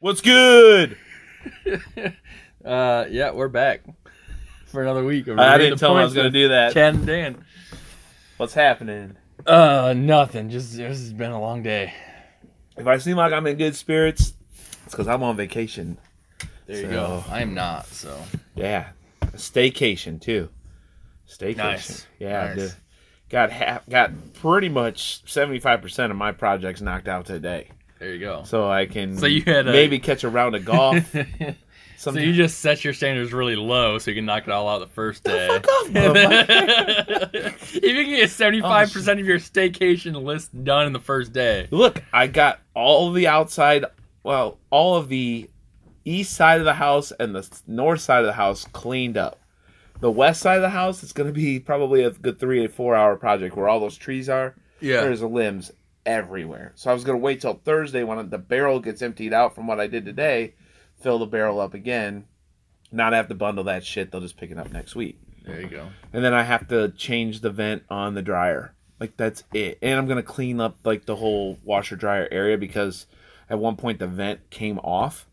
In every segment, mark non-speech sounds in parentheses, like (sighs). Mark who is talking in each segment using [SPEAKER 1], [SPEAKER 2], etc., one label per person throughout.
[SPEAKER 1] What's good?
[SPEAKER 2] (laughs) Uh, yeah, we're back for another week. of
[SPEAKER 1] I
[SPEAKER 2] Read
[SPEAKER 1] didn't
[SPEAKER 2] the
[SPEAKER 1] tell him I
[SPEAKER 2] Points
[SPEAKER 1] was going to
[SPEAKER 2] with
[SPEAKER 1] do that.
[SPEAKER 2] Chad and Dan.
[SPEAKER 1] What's happening?
[SPEAKER 2] Uh, nothing. Just this has been a long day.
[SPEAKER 1] If I seem like I'm in good spirits, it's because I'm on vacation.
[SPEAKER 2] There
[SPEAKER 1] you go.
[SPEAKER 2] I am not. So
[SPEAKER 1] Yeah, a staycation too. Staycation.
[SPEAKER 2] Nice.
[SPEAKER 1] Yeah, I
[SPEAKER 2] Nice.
[SPEAKER 1] did. got half, got pretty much seventy five percent of my projects knocked out today,
[SPEAKER 2] there you go.
[SPEAKER 1] so I can
[SPEAKER 2] So you had a-
[SPEAKER 1] maybe catch a round of golf.
[SPEAKER 2] (laughs) so
[SPEAKER 1] Some
[SPEAKER 2] you just set your standards really low so you can knock it all out the first day.
[SPEAKER 1] fuck
[SPEAKER 2] (laughs)
[SPEAKER 1] off, motherfucker.
[SPEAKER 2] if you can get seventy five percent of your staycation list done in the first day,
[SPEAKER 1] Look, I got all the outside, well, all of the east side of the house and the north side of the house cleaned up. The west side of the house is going to be probably a good three to four hour project where all those trees are.
[SPEAKER 2] Yeah.
[SPEAKER 1] There's limbs everywhere. So I was going to wait till Thursday when the barrel gets emptied out from what I did today, fill the barrel up again, not have to bundle that shit. They'll just pick it up next week
[SPEAKER 2] there you go.
[SPEAKER 1] and then I have to change the vent on the dryer. Like that's it. And I'm gonna clean up like the whole washer dryer area because at one point the vent came off,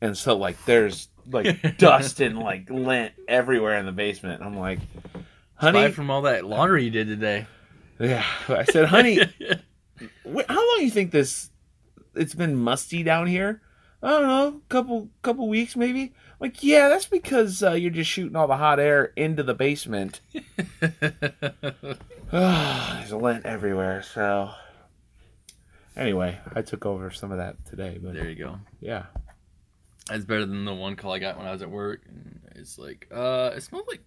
[SPEAKER 1] and so like there's like dust and like lint everywhere in the basement. I'm like, honey,
[SPEAKER 2] Aside from all that laundry you did today,
[SPEAKER 1] yeah. I said,
[SPEAKER 2] (laughs)
[SPEAKER 1] honey, wh- how long do you think this? It's been musty down here. I don't know, couple couple weeks maybe. Like, yeah, that's because uh, you're just shooting all the hot air into the basement. (sighs) There's lint everywhere. So, anyway, I took over some of that today, but
[SPEAKER 2] there you go.
[SPEAKER 1] yeah,
[SPEAKER 2] That's better than the one call I got when I was at work. And it's like, uh, it smells like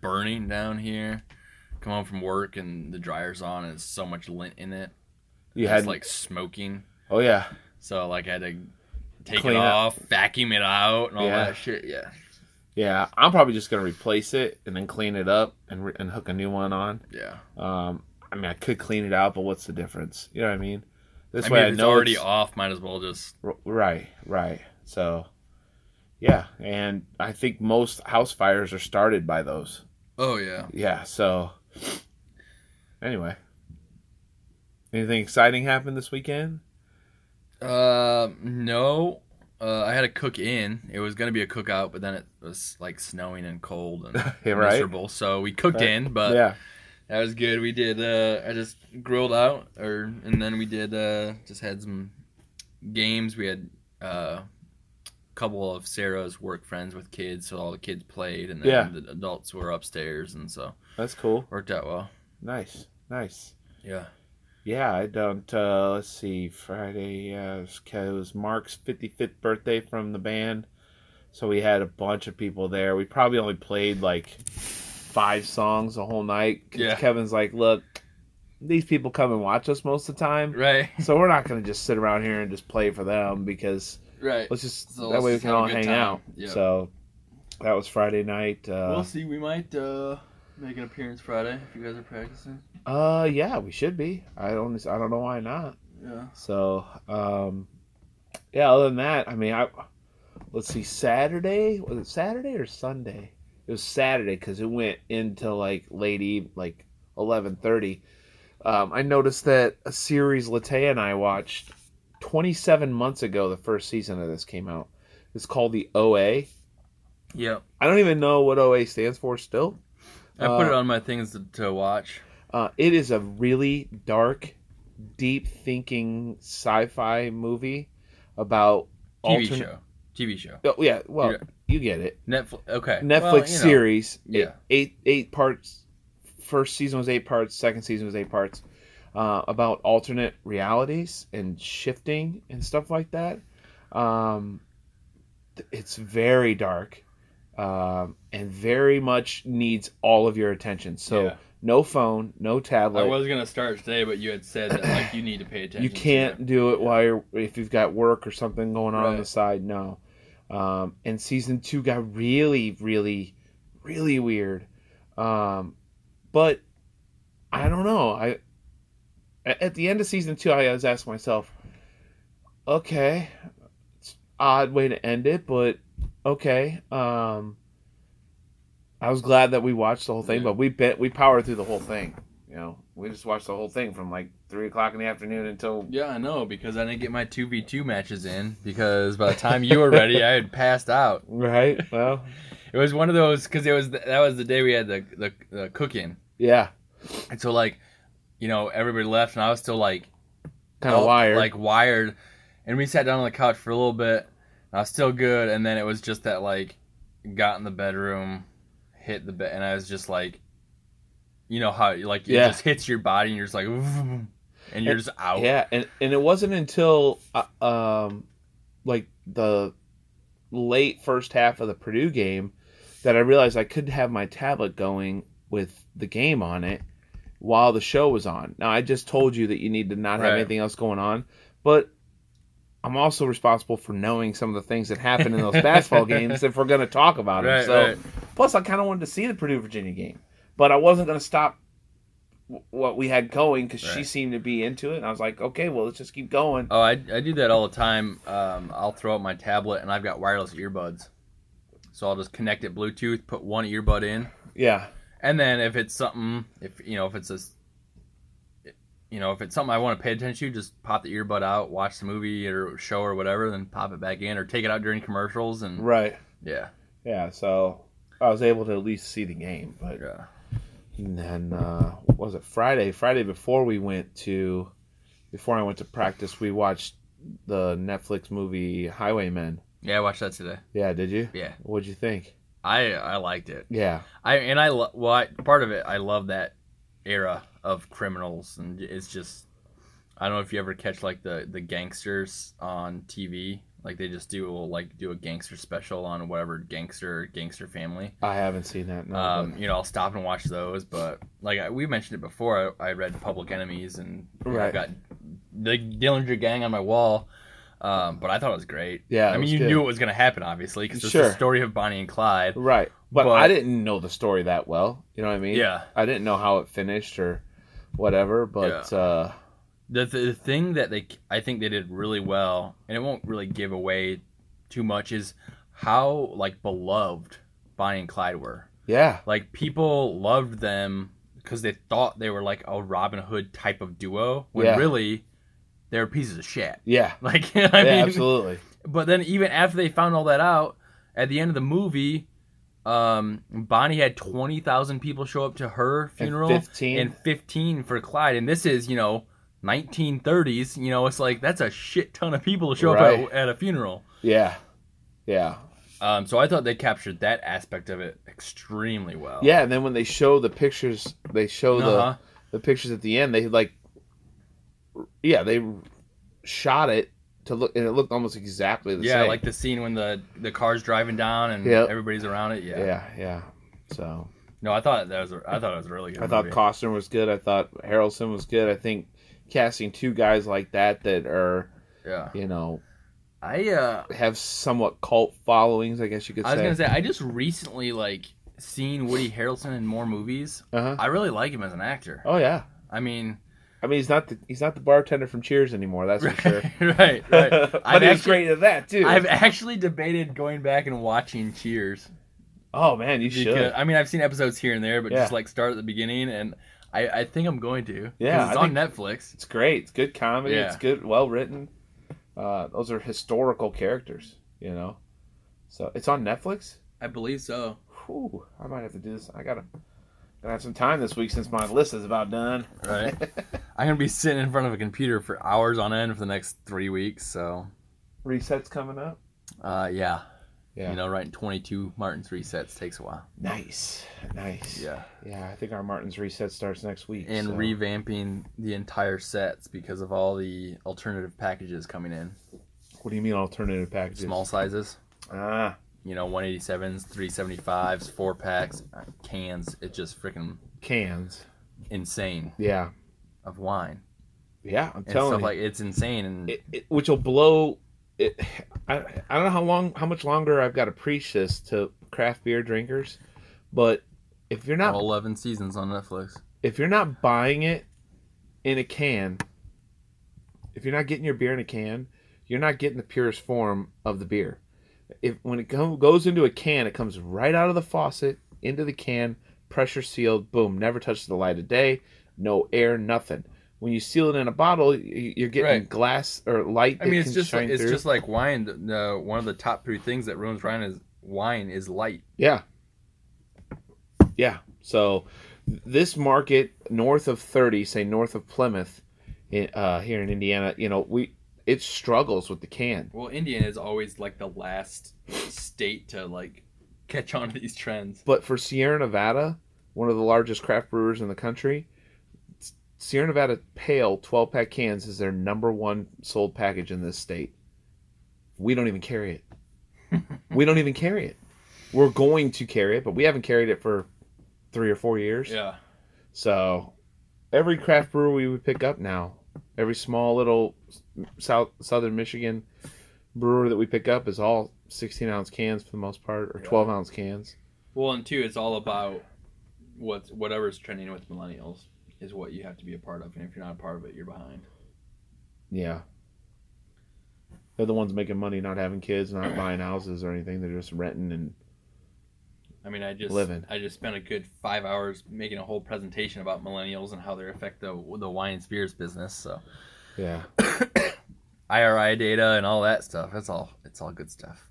[SPEAKER 2] burning down here. Come home from work and the dryer's on and it's so much lint in it.
[SPEAKER 1] you
[SPEAKER 2] it's
[SPEAKER 1] had
[SPEAKER 2] like smoking.
[SPEAKER 1] oh yeah,
[SPEAKER 2] So like I had to take
[SPEAKER 1] Clean
[SPEAKER 2] it
[SPEAKER 1] up.
[SPEAKER 2] off, vacuum it out, and all
[SPEAKER 1] Yeah.
[SPEAKER 2] that shit. Yeah.
[SPEAKER 1] yeah. I'm probably just gonna replace it and then clean it up and re- and hook a new one on.
[SPEAKER 2] Yeah.
[SPEAKER 1] Um, I mean, I could clean it out, but what's the difference? You know what I mean? This
[SPEAKER 2] I
[SPEAKER 1] way,
[SPEAKER 2] mean, if
[SPEAKER 1] I
[SPEAKER 2] it's
[SPEAKER 1] know
[SPEAKER 2] already
[SPEAKER 1] it's-
[SPEAKER 2] off, might as well just
[SPEAKER 1] R- Right, right. So, yeah, and I think most house fires are started by those.
[SPEAKER 2] Oh yeah.
[SPEAKER 1] Yeah. So, anyway, anything exciting happened this weekend?
[SPEAKER 2] Uh, no. Uh, I had to cook in. It was gonna be a cookout, but then it was like snowing and cold and
[SPEAKER 1] (laughs) Yeah, right.
[SPEAKER 2] miserable. So we cooked
[SPEAKER 1] Right.
[SPEAKER 2] in, but
[SPEAKER 1] yeah.
[SPEAKER 2] That was good. We did. Uh, I just grilled out, or and then we did. Uh, just had some games. We had uh, a couple of Sarah's work friends with kids, so all the kids played, and then
[SPEAKER 1] Yeah.
[SPEAKER 2] the adults were upstairs, and so
[SPEAKER 1] That's cool.
[SPEAKER 2] worked out well.
[SPEAKER 1] Nice, nice.
[SPEAKER 2] Yeah.
[SPEAKER 1] Yeah, I don't. Uh, let's see. Friday uh, it was- it was Mark's 55th birthday from the band, so we had a bunch of people there. We probably only played like five songs the whole night. 'cause
[SPEAKER 2] Yeah.
[SPEAKER 1] Kevin's like, look, these people come and watch us most of the time,
[SPEAKER 2] Right.
[SPEAKER 1] so we're not gonna just sit around here and just play for them because
[SPEAKER 2] Right.
[SPEAKER 1] let's just
[SPEAKER 2] So
[SPEAKER 1] that way we
[SPEAKER 2] let's
[SPEAKER 1] can
[SPEAKER 2] have a
[SPEAKER 1] all
[SPEAKER 2] good
[SPEAKER 1] hang
[SPEAKER 2] time.
[SPEAKER 1] out.
[SPEAKER 2] Yeah.
[SPEAKER 1] So that was Friday night. Uh,
[SPEAKER 2] see. We might uh, make an appearance Friday if you guys are practicing.
[SPEAKER 1] uh, yeah, we should be. I don't. I don't know why not.
[SPEAKER 2] Yeah.
[SPEAKER 1] So, um, yeah. Other than that, I mean, I let's see. Saturday was it Saturday or Sunday? It was Saturday because it went into like late eve, like eleven thirty. Um, I noticed that a series Latea and I watched twenty seven months ago. The first season of this came out. It's called the OA.
[SPEAKER 2] Yep.
[SPEAKER 1] I don't even know what OA stands for. Still,
[SPEAKER 2] I put
[SPEAKER 1] Uh,
[SPEAKER 2] it on my things to, to watch.
[SPEAKER 1] uh, it is a really dark, deep thinking sci-fi movie about
[SPEAKER 2] TV
[SPEAKER 1] altern-
[SPEAKER 2] show. TV show.
[SPEAKER 1] Oh, yeah, well,
[SPEAKER 2] Yeah.
[SPEAKER 1] you get it.
[SPEAKER 2] Netflix. Okay.
[SPEAKER 1] Netflix
[SPEAKER 2] Well, you know.
[SPEAKER 1] series.
[SPEAKER 2] Yeah.
[SPEAKER 1] Eight eight parts. First season was eight parts. Second season was eight parts. Uh, about alternate realities and shifting and stuff like that. Um, th- it's very dark, um, and very much needs all of your attention. So
[SPEAKER 2] Yeah.
[SPEAKER 1] no phone, no tablet.
[SPEAKER 2] I was gonna start today, but you had said that like you need to pay
[SPEAKER 1] (clears throat)
[SPEAKER 2] attention.
[SPEAKER 1] you can't do it while you're if you've got work or something going on on the
[SPEAKER 2] Right.
[SPEAKER 1] side no um, and season two got really really really weird um, but i don't know i a- at the end of season two i was asking myself okay it's odd way to end it but okay um, i was glad that we watched the whole thing
[SPEAKER 2] Yeah.
[SPEAKER 1] but we bet we powered through the whole thing you know We just watched the whole thing from like three o'clock in the afternoon until
[SPEAKER 2] Yeah, I know because I didn't get my two v two matches in because by the time you were ready, I
[SPEAKER 1] (laughs)
[SPEAKER 2] had passed out.
[SPEAKER 1] right. Well,
[SPEAKER 2] It was one of those because it was the, that was the day we had the the, the cooking,
[SPEAKER 1] (laughs) yeah,
[SPEAKER 2] and so like, you know, everybody left, and I was still like
[SPEAKER 1] kind of
[SPEAKER 2] all-
[SPEAKER 1] wired.
[SPEAKER 2] like wired, and we sat down on the couch for a little bit. And I was still good, and then it was just that like, got in the bedroom, hit the bed, and I was just like, you know how like it
[SPEAKER 1] Yeah.
[SPEAKER 2] just hits your body, and you're just like, (laughs) and you're just out.
[SPEAKER 1] yeah, and and it wasn't until uh, um, like the late first half of the Purdue game that I realized I could have my tablet going with the game on it while the show was on. Now I just told you that you need to not have
[SPEAKER 2] Right.
[SPEAKER 1] anything else going on, but I'm also responsible for knowing some of the things that happened in
[SPEAKER 2] (laughs)
[SPEAKER 1] those basketball games if we're going to talk about
[SPEAKER 2] Right,
[SPEAKER 1] them. So
[SPEAKER 2] right.
[SPEAKER 1] plus I kind of wanted to see the Purdue Virginia game, but I wasn't going to stop w- what we had going because she
[SPEAKER 2] Right.
[SPEAKER 1] seemed to be into it, and I was like, okay, well let's just keep going.
[SPEAKER 2] Oh, I, I do that all the time. Um, I'll throw out my tablet, and I've got wireless earbuds, so I'll just connect it Bluetooth, put one earbud in,
[SPEAKER 1] Yeah,
[SPEAKER 2] and then if it's something, if you know, if it's a, s- you know, if it's something I want to pay attention to, just pop the earbud out, watch the movie or show or whatever, then pop it back in, or take it out during commercials, and
[SPEAKER 1] right.
[SPEAKER 2] yeah,
[SPEAKER 1] Yeah, so I was able to at least see the game, but
[SPEAKER 2] yeah,
[SPEAKER 1] And then uh, what was it Friday? Friday before we went to before I went to practice, we watched the Netflix movie Highwaymen.
[SPEAKER 2] yeah. I watched that today.
[SPEAKER 1] Yeah, did you?
[SPEAKER 2] Yeah,
[SPEAKER 1] What'd you think?
[SPEAKER 2] I I liked it.
[SPEAKER 1] Yeah,
[SPEAKER 2] I and I lo- well, I, part of it I love that era of criminals, and it's just I don't know if you ever catch like the the gangsters on TV, like they just do like do a gangster special on whatever gangster gangster family.
[SPEAKER 1] I haven't seen that. No,
[SPEAKER 2] Um, you know, I'll stop and watch those, but like I, we mentioned it before, I, I read Public Enemies, and you know,
[SPEAKER 1] Right.
[SPEAKER 2] I've got the Dillinger Gang on my wall. Um, but I thought it was great.
[SPEAKER 1] Yeah, it
[SPEAKER 2] I mean,
[SPEAKER 1] was
[SPEAKER 2] you
[SPEAKER 1] good.
[SPEAKER 2] knew it was going to happen, obviously, because it's
[SPEAKER 1] Sure.
[SPEAKER 2] the story of Bonnie and Clyde.
[SPEAKER 1] but- right, but,
[SPEAKER 2] but-
[SPEAKER 1] I didn't know the story that well. You know what I mean?
[SPEAKER 2] Yeah.
[SPEAKER 1] I didn't know how it finished or whatever, but uh,
[SPEAKER 2] the, the thing that they I think they did really well, and it won't really give away too much, is how like beloved Bonnie and Clyde were.
[SPEAKER 1] yeah,
[SPEAKER 2] Like people loved them because they thought they were like a Robin Hood type of duo, when
[SPEAKER 1] Yeah.
[SPEAKER 2] really they were pieces of shit. (laughs)
[SPEAKER 1] yeah,
[SPEAKER 2] Like I
[SPEAKER 1] yeah,
[SPEAKER 2] mean,
[SPEAKER 1] absolutely.
[SPEAKER 2] but then even after they found all that out, at the end of the movie, um, Bonnie had twenty thousand people show up to her
[SPEAKER 1] And
[SPEAKER 2] funeral
[SPEAKER 1] Fifteen.
[SPEAKER 2] and 15 for Clyde. And this is, you know, 1930s. You know, it's like that's a shit ton of people to show
[SPEAKER 1] Right.
[SPEAKER 2] up at, at a funeral.
[SPEAKER 1] yeah, yeah.
[SPEAKER 2] Um, so I thought they captured that aspect of it extremely well.
[SPEAKER 1] Yeah, and then when they show the pictures, they show
[SPEAKER 2] Uh-huh.
[SPEAKER 1] the the pictures at the end. They like, yeah, they shot it to look, and it looked almost exactly the
[SPEAKER 2] yeah,
[SPEAKER 1] same.
[SPEAKER 2] like the scene when the the car's driving down and
[SPEAKER 1] Yep.
[SPEAKER 2] everybody's around it. Yeah.
[SPEAKER 1] yeah, yeah. So
[SPEAKER 2] No, I thought that was a- I thought it was a really good.
[SPEAKER 1] I thought
[SPEAKER 2] movie.
[SPEAKER 1] Costner was good. I thought Harrelson was good. I think casting two guys like that that are
[SPEAKER 2] yeah.
[SPEAKER 1] you know
[SPEAKER 2] I uh
[SPEAKER 1] have somewhat cult followings. I guess you could
[SPEAKER 2] I was
[SPEAKER 1] say.
[SPEAKER 2] gonna say I just recently like seen Woody Harrelson in more movies.
[SPEAKER 1] uh-huh.
[SPEAKER 2] I really like him as an actor.
[SPEAKER 1] Oh yeah.
[SPEAKER 2] I mean,
[SPEAKER 1] I mean, he's not the he's not the bartender from Cheers anymore. (laughs) That's
[SPEAKER 2] (laughs)
[SPEAKER 1] for sure.
[SPEAKER 2] right,
[SPEAKER 1] (laughs)
[SPEAKER 2] right.
[SPEAKER 1] but
[SPEAKER 2] I've
[SPEAKER 1] he was
[SPEAKER 2] actually-
[SPEAKER 1] great at that too.
[SPEAKER 2] I've actually debated going back and watching Cheers.
[SPEAKER 1] oh man, you should.
[SPEAKER 2] Because, I mean, I've seen episodes here and there, but just
[SPEAKER 1] Yeah.
[SPEAKER 2] like start at the beginning, and I, I think I'm going to. 'Cause
[SPEAKER 1] Yeah,
[SPEAKER 2] it's
[SPEAKER 1] I
[SPEAKER 2] on Netflix.
[SPEAKER 1] It's great. It's good comedy.
[SPEAKER 2] Yeah.
[SPEAKER 1] It's good, well written. Uh, those are historical characters, you know. So it's on Netflix.
[SPEAKER 2] I believe so.
[SPEAKER 1] Whew, I might have to do this. I gotta, gonna have some time this week since my list is about done.
[SPEAKER 2] Right. I'm gonna be sitting in front of a computer for hours on end for the next three weeks. So,
[SPEAKER 1] (laughs) Resets coming up.
[SPEAKER 2] uh, yeah.
[SPEAKER 1] Yeah.
[SPEAKER 2] You know, writing 22 Martin's resets takes a while.
[SPEAKER 1] Nice, nice.
[SPEAKER 2] Yeah.
[SPEAKER 1] yeah. I think our Martin's reset starts next week.
[SPEAKER 2] And
[SPEAKER 1] so-
[SPEAKER 2] revamping the entire sets because of all the alternative packages coming in,
[SPEAKER 1] what do you mean alternative packages?
[SPEAKER 2] small sizes.
[SPEAKER 1] Ah,
[SPEAKER 2] you know, 187s, 375s, four packs, uh, cans. It's just freaking
[SPEAKER 1] cans.
[SPEAKER 2] insane
[SPEAKER 1] Yeah,
[SPEAKER 2] of wine
[SPEAKER 1] yeah. I'm
[SPEAKER 2] and
[SPEAKER 1] telling
[SPEAKER 2] stuff
[SPEAKER 1] you.
[SPEAKER 2] like it's insane. And
[SPEAKER 1] it, it, which will blow it. (sighs) I, I don't know how long, how much longer I've got to preach this to craft beer drinkers, but if you're not
[SPEAKER 2] all 11 seasons on Netflix.
[SPEAKER 1] if you're not buying it in a can, if you're not getting your beer in a can, you're not getting the purest form of the beer. If when it go, goes into a can, it comes right out of the faucet into the can, pressure sealed, boom, never touches the light of day, no air, nothing. When you seal it in a bottle, y- you're getting
[SPEAKER 2] Right.
[SPEAKER 1] glass or light.
[SPEAKER 2] I
[SPEAKER 1] that
[SPEAKER 2] mean, it's
[SPEAKER 1] can
[SPEAKER 2] just
[SPEAKER 1] shine
[SPEAKER 2] like, it's
[SPEAKER 1] through.
[SPEAKER 2] just like wine. The- The, one of the top three things that ruins wine is wine is light.
[SPEAKER 1] Yeah. Yeah. So this market north of 30, say north of Plymouth in- uh, here in Indiana, you know, we it struggles with the can.
[SPEAKER 2] Well, Indiana is always like the last state to like catch on to these trends.
[SPEAKER 1] But for Sierra Nevada, one of the largest craft brewers in the country, S- Sierra Nevada Pale 12 pack cans is their number one sold package in this state. We don't even carry it. we don't even carry it. We're going to carry it, but we haven't carried it for three or four years.
[SPEAKER 2] Yeah.
[SPEAKER 1] So every craft brewery we pick up now, every small little south southern Michigan brewer that we pick up is all 16 ounce cans for the most part, or
[SPEAKER 2] Yeah.
[SPEAKER 1] 12 ounce cans.
[SPEAKER 2] Well, and two, it's all about what's whatever's trending with millennials is what you have to be a part of, and if you're not a part of it, you're behind.
[SPEAKER 1] Yeah. They're the ones making money, not having kids, not buying houses or anything. They're just renting and
[SPEAKER 2] I mean, I just
[SPEAKER 1] Living.
[SPEAKER 2] I just spent a good five hours making a whole presentation about millennials and how they affect the the wine and spirits business. So
[SPEAKER 1] yeah.
[SPEAKER 2] IRI data and all that stuff. That's all. It's all good stuff.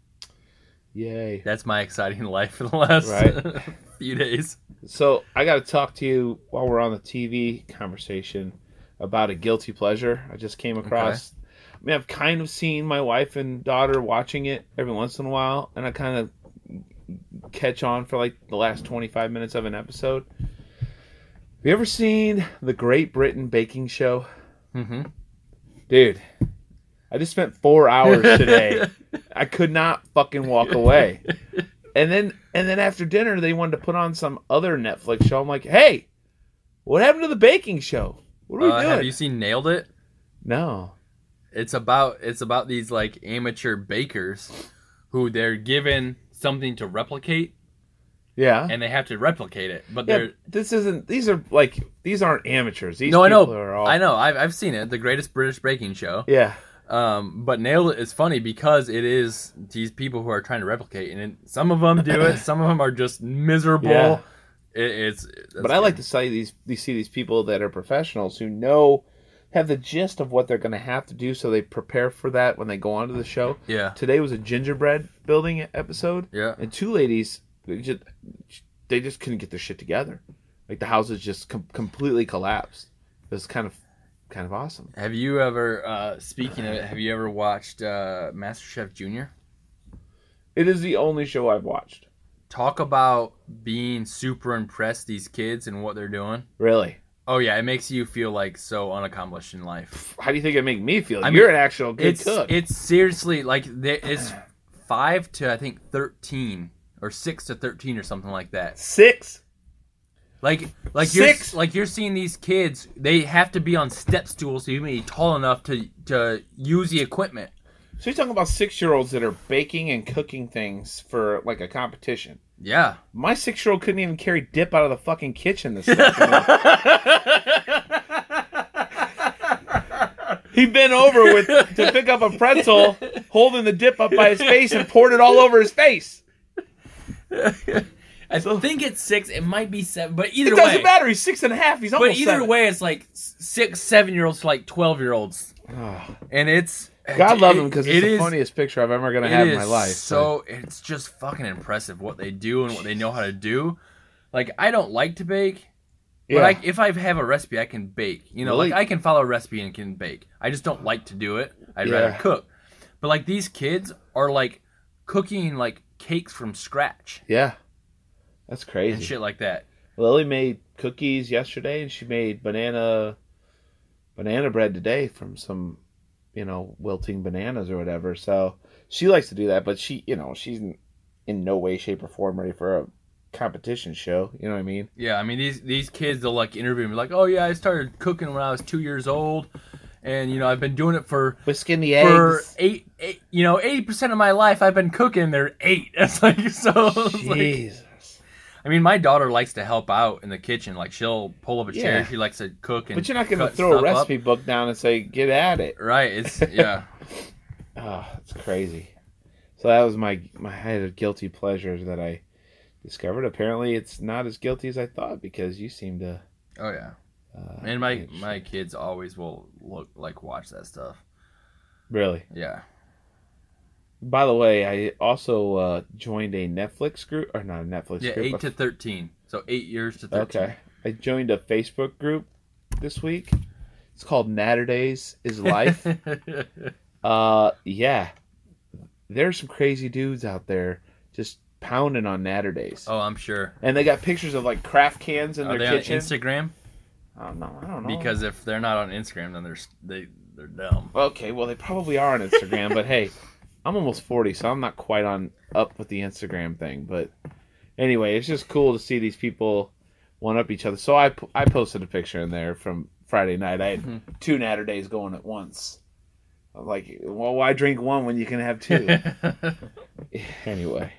[SPEAKER 1] Yay.
[SPEAKER 2] That's my exciting (laughs) life for the last
[SPEAKER 1] Right.
[SPEAKER 2] (laughs) few days.
[SPEAKER 1] So I got to talk to you while we're on the TV conversation about a guilty pleasure I just came across. I mean, I've kind of seen my wife and daughter watching it every once in a while, and I kind of catch on for like the last 25 minutes of an episode. Have you ever seen the Great Britain Baking Show?
[SPEAKER 2] Mm-hmm.
[SPEAKER 1] Dude, I just spent four hours
[SPEAKER 2] (laughs) Uh,
[SPEAKER 1] today. I could not fucking walk away. And then and then after dinner they wanted to put on some other Netflix show. I'm like, hey, what happened to the baking show? What are we
[SPEAKER 2] Uh,
[SPEAKER 1] doing?
[SPEAKER 2] have you seen Nailed It?
[SPEAKER 1] No.
[SPEAKER 2] It's about it's about these like amateur bakers who they're given something to replicate
[SPEAKER 1] Yeah.
[SPEAKER 2] and they have to replicate it. But
[SPEAKER 1] yeah
[SPEAKER 2] they're
[SPEAKER 1] this isn't these are like these aren't amateurs. These
[SPEAKER 2] no, I
[SPEAKER 1] people
[SPEAKER 2] know,
[SPEAKER 1] are all
[SPEAKER 2] I know. I've I've seen it, the greatest British baking show.
[SPEAKER 1] Yeah.
[SPEAKER 2] Um, but Nailed It is funny because it is these people who are trying to replicate, and it, some of them do it, some of them are just miserable.
[SPEAKER 1] Yeah.
[SPEAKER 2] It, it's that's
[SPEAKER 1] but I like
[SPEAKER 2] good.
[SPEAKER 1] to see these you see these people that are professionals who know have the gist of what they're gonna have to do so they prepare for that when they go onto the show.
[SPEAKER 2] yeah,
[SPEAKER 1] Today was a gingerbread building episode.
[SPEAKER 2] yeah.
[SPEAKER 1] and two ladies they just, they just couldn't get their shit together like the houses just com- completely collapsed it was kind of kind of awesome
[SPEAKER 2] Have you ever uh, speaking of it? Have you ever watched uh, MasterChef Junior?
[SPEAKER 1] it is the only show i've watched
[SPEAKER 2] Talk about being super impressed these kids and what they're doing.
[SPEAKER 1] really
[SPEAKER 2] Oh yeah, it makes you feel like so unaccomplished in life.
[SPEAKER 1] how do you think it make me feel
[SPEAKER 2] I
[SPEAKER 1] you're
[SPEAKER 2] mean,
[SPEAKER 1] an actual good
[SPEAKER 2] it's
[SPEAKER 1] cook
[SPEAKER 2] it's seriously like there is five to I think thirteen or six to thirteen or something like that.
[SPEAKER 1] six
[SPEAKER 2] Like like you you're
[SPEAKER 1] Six.
[SPEAKER 2] like you're seeing these kids, they have to be on step stools to even be tall enough to to use the equipment.
[SPEAKER 1] so you're talking about six year olds that are baking and cooking things for like a competition (laughs)
[SPEAKER 2] Yeah.
[SPEAKER 1] my six year old couldn't even carry dip out of the fucking kitchen this (laughs) afternoon. he bent over with to pick up a pretzel, holding the dip up by his face and poured it all over his face.
[SPEAKER 2] I think it's six. It might be seven, but either
[SPEAKER 1] It doesn't matter. He's six and a half. He's
[SPEAKER 2] But
[SPEAKER 1] almost
[SPEAKER 2] either
[SPEAKER 1] seven.
[SPEAKER 2] way, it's like six, seven year olds to like twelve year olds,
[SPEAKER 1] Ugh.
[SPEAKER 2] and it's
[SPEAKER 1] God love
[SPEAKER 2] it-
[SPEAKER 1] him because
[SPEAKER 2] it
[SPEAKER 1] it's the
[SPEAKER 2] is-
[SPEAKER 1] funniest picture I've ever gonna
[SPEAKER 2] It
[SPEAKER 1] have in
[SPEAKER 2] is
[SPEAKER 1] my life.
[SPEAKER 2] So it's just fucking impressive what they do and what they know how to do. Like I don't like to bake,
[SPEAKER 1] yeah.
[SPEAKER 2] but I, if I have a recipe, I can bake. You know,
[SPEAKER 1] Really?
[SPEAKER 2] like I can follow a recipe and can bake. I just don't like to do it. I'd
[SPEAKER 1] Yeah.
[SPEAKER 2] rather cook. But like these kids are like cooking like cakes from scratch
[SPEAKER 1] yeah, that's
[SPEAKER 2] and
[SPEAKER 1] crazy.
[SPEAKER 2] shit like that.
[SPEAKER 1] Lily made cookies yesterday, and she made banana banana bread today from some you know wilting bananas or whatever. So she likes to do that, but she you know she's in, in no way, shape, or form ready for a competition show. You know what I mean?
[SPEAKER 2] Yeah, I mean these these kids they'll like interview me like, oh yeah, I started cooking when I was two years old, and you know I've been doing it for
[SPEAKER 1] Whisking the (laughs)
[SPEAKER 2] for
[SPEAKER 1] eggs.
[SPEAKER 2] eight, eight you know, eighty percent of my life I've been cooking. They're eight. (laughs) It's like so. it's like-
[SPEAKER 1] Jesus.
[SPEAKER 2] I mean, my daughter likes to help out in the kitchen. Like she'll pull up a chair.
[SPEAKER 1] Yeah.
[SPEAKER 2] She likes to cook. And
[SPEAKER 1] But you're not going to
[SPEAKER 2] cut
[SPEAKER 1] throw a
[SPEAKER 2] stuff up.
[SPEAKER 1] recipe book down and say, get at it. (laughs)
[SPEAKER 2] right? It's yeah.
[SPEAKER 1] Oh, it's crazy. So that was my my I had a guilty pleasure that I discovered. Apparently, it's not as guilty as I thought because you seem to
[SPEAKER 2] Oh yeah.
[SPEAKER 1] Uh,
[SPEAKER 2] And my
[SPEAKER 1] it's-
[SPEAKER 2] my kids always will look like watch that stuff.
[SPEAKER 1] really.
[SPEAKER 2] Yeah.
[SPEAKER 1] By the way, I also uh, joined a Netflix group or not a Netflix
[SPEAKER 2] Yeah,
[SPEAKER 1] group.
[SPEAKER 2] eight
[SPEAKER 1] a-
[SPEAKER 2] to thirteen. So eight years to thirteen.
[SPEAKER 1] okay, I joined a Facebook group this week. It's called Natterdays is Life. Uh, yeah. There's some crazy dudes out there just pounding on Natterdays.
[SPEAKER 2] (laughs) oh, I'm sure.
[SPEAKER 1] And they got pictures of like craft cans in
[SPEAKER 2] Are they
[SPEAKER 1] their kitchen. Oh.
[SPEAKER 2] on Instagram?
[SPEAKER 1] I don't know. I don't know.
[SPEAKER 2] Because if they're not on Instagram, then they're s- they they're dumb.
[SPEAKER 1] okay, well they probably are on Instagram, but
[SPEAKER 2] (laughs)
[SPEAKER 1] hey, I'm almost 40, so I'm not quite on up with the Instagram thing, but anyway, it's just cool to see these people one up each other. So I po- I posted a picture in there from Friday night. I had
[SPEAKER 2] Mhm.
[SPEAKER 1] two Natterdays going at once. I'm like, well, why drink one when you can have
[SPEAKER 2] (laughs)
[SPEAKER 1] two?
[SPEAKER 2] I
[SPEAKER 1] anyway.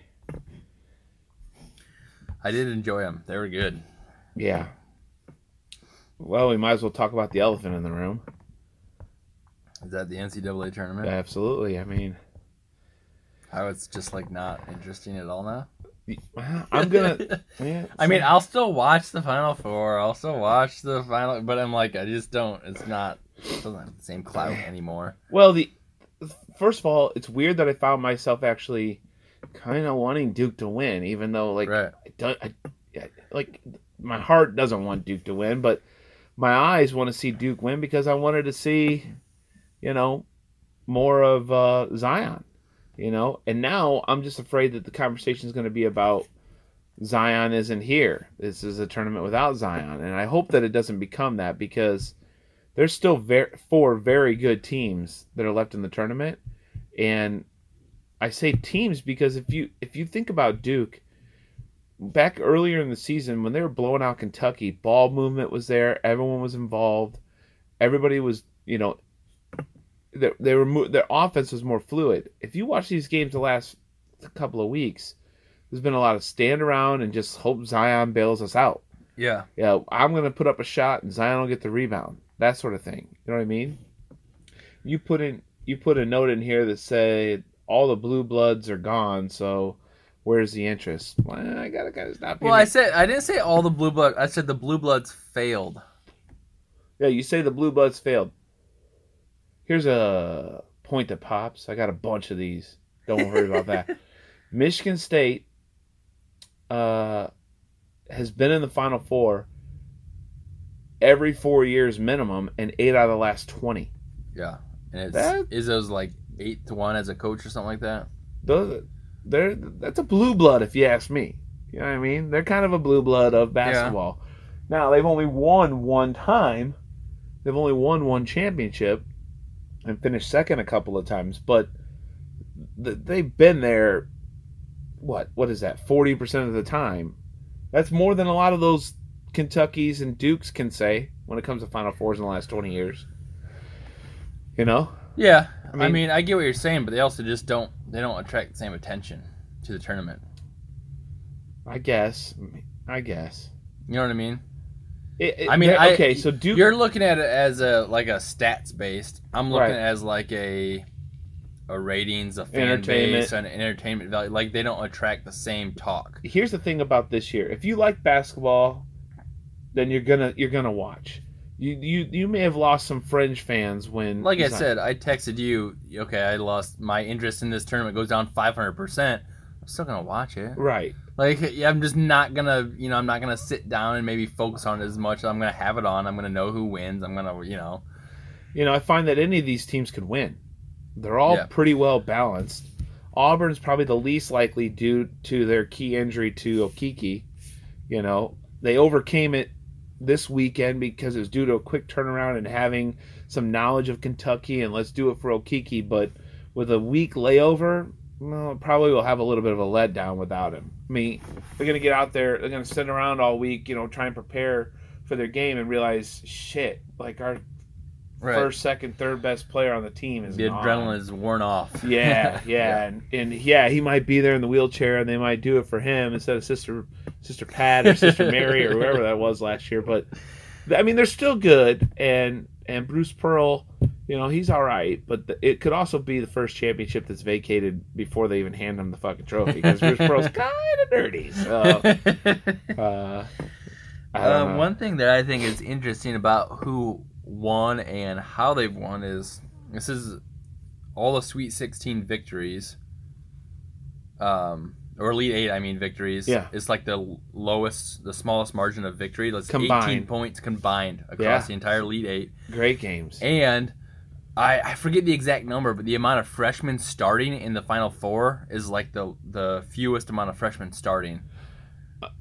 [SPEAKER 2] did enjoy them. They were good.
[SPEAKER 1] Yeah. Well, we might as well talk about the elephant in the room.
[SPEAKER 2] Is that the NCAA tournament?
[SPEAKER 1] Absolutely. I mean, (laughs)
[SPEAKER 2] How it's just like not interesting at all now.
[SPEAKER 1] I'm
[SPEAKER 2] (laughs)
[SPEAKER 1] gonna. Yeah,
[SPEAKER 2] I mean, I'll still watch the Final Four. I'll still watch the final, but I'm like, I just don't. It's not. It doesn't have the same clout anymore.
[SPEAKER 1] well, the first of all, it's weird that I found myself actually kind of wanting Duke to win, even though like
[SPEAKER 2] Right.
[SPEAKER 1] I don't, I, I- like my heart doesn't want Duke to win, but my eyes want to see Duke win because I wanted to see, you know, more of uh, Zion, you know. And now I'm just afraid that the conversation is going to be about Zion isn't here. This is a tournament without Zion, and I hope that it doesn't become that because there's still ver- four very good teams that are left in the tournament, and I say teams because if you if you think about Duke back earlier in the season when they were blowing out Kentucky, ball movement was there. Everyone was involved. Everybody was, you know, they, they were mo- their offense was more fluid. If you watch these games the last couple of weeks, there's been a lot of stand around and just hope Zion bails us out.
[SPEAKER 2] Yeah.
[SPEAKER 1] Yeah, I'm gonna put up a shot and Zion will get the rebound. That sort of thing. You know what I mean? You put in you put a note in here that said all the blue bloods are gone, so where's the interest? Well, I gotta gotta stop
[SPEAKER 2] Well,
[SPEAKER 1] being a-
[SPEAKER 2] I said I didn't say all the blue blood. I said the blue bloods failed.
[SPEAKER 1] Yeah, you say the blue bloods failed. Here's a point that pops. I got a bunch of these. Don't worry about that. Michigan State uh, has been in the Final Four every four years minimum, and eight out of the last twenty.
[SPEAKER 2] Yeah. And it's
[SPEAKER 1] That-
[SPEAKER 2] Izzo's like eight to one as a coach or something like that.
[SPEAKER 1] Those, they're, that's a blue blood, if you ask me. You know what I mean? They're kind of a blue blood of basketball. Now they've only won one time. They've only won one championship and finished second a couple of times, but th- they've been there. What? What is that? Forty percent of the time. That's more than a lot of those Kentuckies and Dukes can say when it comes to Final Fours in the last twenty years. You know.
[SPEAKER 2] Yeah.
[SPEAKER 1] I
[SPEAKER 2] I mean,
[SPEAKER 1] mean-
[SPEAKER 2] I get what you're saying, but they also just don't. They don't attract the same attention to the tournament.
[SPEAKER 1] I guess. I guess.
[SPEAKER 2] You know what I mean?
[SPEAKER 1] It- it-
[SPEAKER 2] I mean,
[SPEAKER 1] they're-
[SPEAKER 2] I-
[SPEAKER 1] okay, so Duke.
[SPEAKER 2] You're looking at it as a like a stats based. I'm looking
[SPEAKER 1] Right.
[SPEAKER 2] at it as like a a ratings, a fan
[SPEAKER 1] Entertainment.
[SPEAKER 2] base, an entertainment value. Like they don't attract the same talk.
[SPEAKER 1] here's the thing about this year: if you like basketball, then you're gonna you're gonna watch. You you you may have lost some fringe fans when.
[SPEAKER 2] Like I
[SPEAKER 1] it's not-
[SPEAKER 2] said, I texted you. Okay, I lost my interest in this tournament goes down 500. percent I'm still gonna watch it.
[SPEAKER 1] Right.
[SPEAKER 2] Like yeah, I'm just not gonna you know I'm not gonna sit down and maybe focus on it as much. I'm gonna have it on. I'm gonna know who wins. I'm gonna you know
[SPEAKER 1] You know, I find that any of these teams could win. They're all
[SPEAKER 2] Yeah.
[SPEAKER 1] pretty well balanced. Auburn's probably the least likely due to their key injury to Okiki. You know, they overcame it this weekend because it was due to a quick turnaround and having some knowledge of Kentucky and let's do it for Okiki. But with a week layover, well, probably will have a little bit of a letdown without him. I mean, they're going to get out there, they're going to sit around all week, you know, try and prepare for their game and realize, shit, like our first, second, third best player on the team is
[SPEAKER 2] the
[SPEAKER 1] gone.
[SPEAKER 2] adrenaline is worn off.
[SPEAKER 1] (laughs)
[SPEAKER 2] (laughs)
[SPEAKER 1] Yeah, yeah, And, and yeah, he might be there in the wheelchair, and they might do it for him instead of sister, sister Pat or
[SPEAKER 2] (laughs)
[SPEAKER 1] sister Mary or whoever that was last year. But I mean, they're still good, and and Bruce Pearl, you know, he's all right. But the, it could also be the first championship that's vacated before they even hand him the
[SPEAKER 2] (laughs)
[SPEAKER 1] fucking trophy because Bruce Pearl's kind of dirty. So, uh, I don't
[SPEAKER 2] Um,
[SPEAKER 1] know.
[SPEAKER 2] one thing that I think is interesting about who won and how they've won is this is all the Sweet 16 victories, um, or Elite Eight, I mean, victories.
[SPEAKER 1] Yeah.
[SPEAKER 2] It's like the lowest, the smallest margin of victory. That's
[SPEAKER 1] Combined.
[SPEAKER 2] 18 points combined across
[SPEAKER 1] Yeah.
[SPEAKER 2] the entire Elite Eight.
[SPEAKER 1] Great games.
[SPEAKER 2] And I, I forget the exact number, but the amount of freshmen starting in the Final Four is like the, the fewest amount of freshmen starting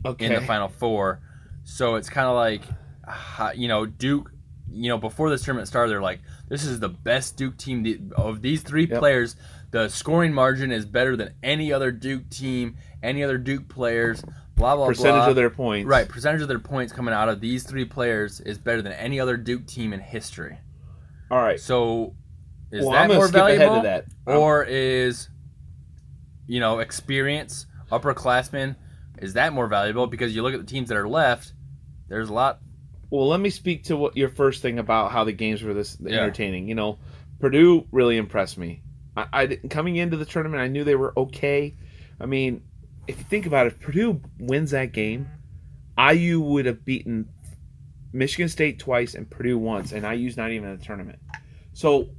[SPEAKER 1] Okay.
[SPEAKER 2] in the final four. So it's kind of like, ha- you know, Duke. You know, before this tournament started, they're like, "This is the best Duke team the- of these three
[SPEAKER 1] Yep.
[SPEAKER 2] players. The scoring margin is better than any other Duke team, any other Duke players." Blah blah
[SPEAKER 1] Percentage
[SPEAKER 2] blah.
[SPEAKER 1] of their points.
[SPEAKER 2] right percentage of their points coming out of these three players is better than any other Duke team in history.
[SPEAKER 1] All right.
[SPEAKER 2] So is
[SPEAKER 1] well, I'm
[SPEAKER 2] that
[SPEAKER 1] gonna
[SPEAKER 2] more
[SPEAKER 1] skip
[SPEAKER 2] valuable?
[SPEAKER 1] ahead to that.
[SPEAKER 2] or is you know experience upperclassmen is that more valuable because you look at the teams that are left there's a lot
[SPEAKER 1] Well, let me speak to what your first thing about how the games were this
[SPEAKER 2] Yeah.
[SPEAKER 1] entertaining. You know, Purdue really impressed me. I, I didn't- coming into the tournament, I knew they were okay. I mean, if you think about it, if Purdue wins that game, IU would have beaten Michigan State twice and Purdue once, and IU's not even in the tournament. So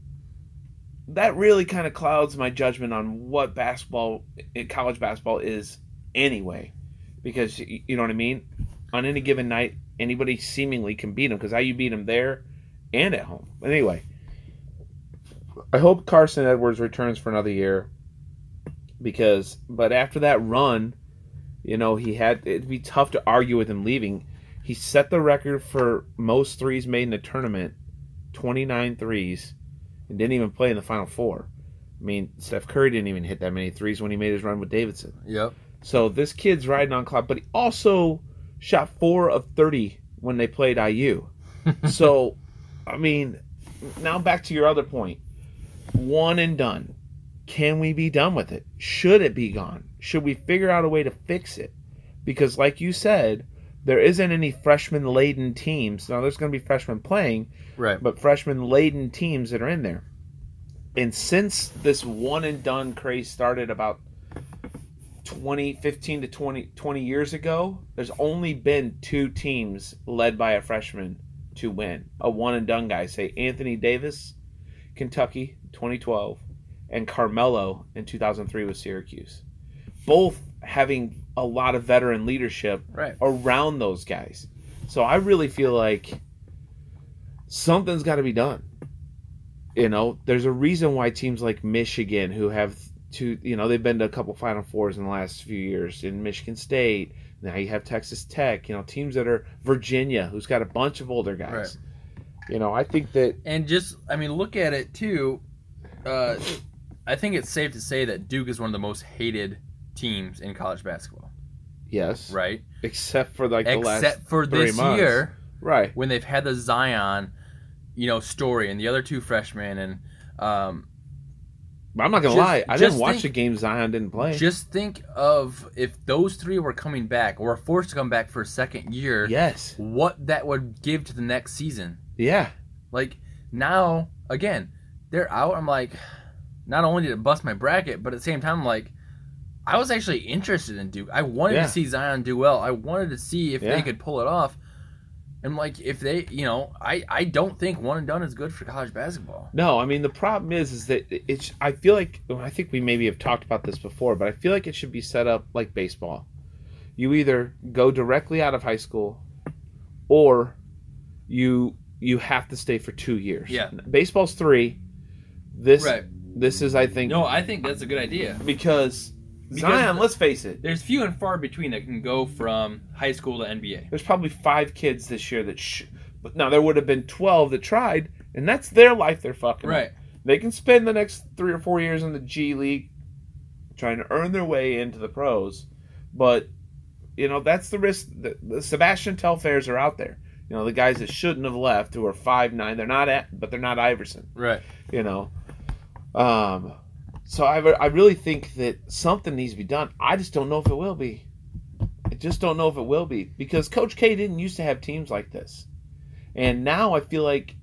[SPEAKER 1] that really kind of clouds my judgment on what basketball, eh, college basketball is anyway, because y- you know what I mean. On any given night, anybody seemingly can beat them because IU beat them there and at home. But anyway, I hope Carson Edwards returns for another year because, but after that run, you know, he had it'd be tough to argue with him leaving. He set the record for most threes made in a tournament 29 threes and didn't even play in the final four. I mean, Steph Curry didn't even hit that many threes when he made his run with Davidson.
[SPEAKER 2] yep
[SPEAKER 1] So this kid's riding on cloud, but he also shot four of thirty when they played IU. so, I mean, now back to your other point: one and done. Can we be done with it? Should it be gone? Should we figure out a way to fix it? Because, like you said, there isn't any freshman laden teams. Now there's going to be freshmen playing,
[SPEAKER 2] right
[SPEAKER 1] but freshman laden teams that are in there. And since this one and done craze started about 20, 15 to 20, 20 years ago, there's only been two teams led by a freshman to win. A one and done guy, say Anthony Davis, Kentucky, 2012, and Carmelo in 2003 with Syracuse. Both having a lot of veteran leadership
[SPEAKER 2] right
[SPEAKER 1] around those guys. So I really feel like something's got to be done. You know, there's a reason why teams like Michigan, who have two, you know, they've been to a couple Final Fours in the last few years, in Michigan State. Now you have Texas Tech. You know, teams that are Virginia, who's got a bunch of older guys.
[SPEAKER 2] Right.
[SPEAKER 1] You know, I think that
[SPEAKER 2] and just i mean look at it too uh, i think it's safe to say that duke is one of the most hated teams in college basketball
[SPEAKER 1] yes,
[SPEAKER 2] right
[SPEAKER 1] except for like the last
[SPEAKER 2] except for
[SPEAKER 1] three
[SPEAKER 2] this
[SPEAKER 1] months.
[SPEAKER 2] year
[SPEAKER 1] right,
[SPEAKER 2] when they've had the Zion, you know, story and the other two freshmen, and um,
[SPEAKER 1] but I'm not gonna
[SPEAKER 2] Just-
[SPEAKER 1] lie, I
[SPEAKER 2] just
[SPEAKER 1] didn't watch
[SPEAKER 2] think-
[SPEAKER 1] the game Zion didn't play.
[SPEAKER 2] just think of if those three were coming back or forced to come back for a second year,
[SPEAKER 1] yes,
[SPEAKER 2] what that would give to the next season.
[SPEAKER 1] yeah,
[SPEAKER 2] Like now, again, they're out. I'm like, not only did it bust my bracket, but at the same time, I'm like, I was actually interested in Duke. I wanted
[SPEAKER 1] Yeah.
[SPEAKER 2] to see Zion do well. I wanted to see if
[SPEAKER 1] Yeah.
[SPEAKER 2] they could pull it off. And like, if they, you know, I I don't think one and done is good for college basketball.
[SPEAKER 1] No, I mean the problem is is that it's. I feel like I think we maybe have talked about this before, but I feel like it should be set up like baseball. You either go directly out of high school, or you you have to stay for two years.
[SPEAKER 2] Yeah.
[SPEAKER 1] baseball's three. This
[SPEAKER 2] Right.
[SPEAKER 1] this is I think
[SPEAKER 2] No, I think that's a good idea.
[SPEAKER 1] because,
[SPEAKER 2] Because-
[SPEAKER 1] Zion. Let's face it,
[SPEAKER 2] There's few and far between that can go from high school to NBA.
[SPEAKER 1] there's probably five kids this year that. Sh- but now there would have been twelve that tried, and that's their life. They're fucking up.
[SPEAKER 2] Right.
[SPEAKER 1] They can spend the next three or four years in the G League trying to earn their way into the pros, but you know that's the risk. The, the Sebastian Telfairs are out there. You know the guys that shouldn't have left who are five nine. They're not at, but they're not Iverson.
[SPEAKER 2] Right.
[SPEAKER 1] You know, um, so I re- I really think that something needs to be done. I just don't know if it will be. I just don't know if it will be because Coach K didn't used to have teams like this, and now I feel like,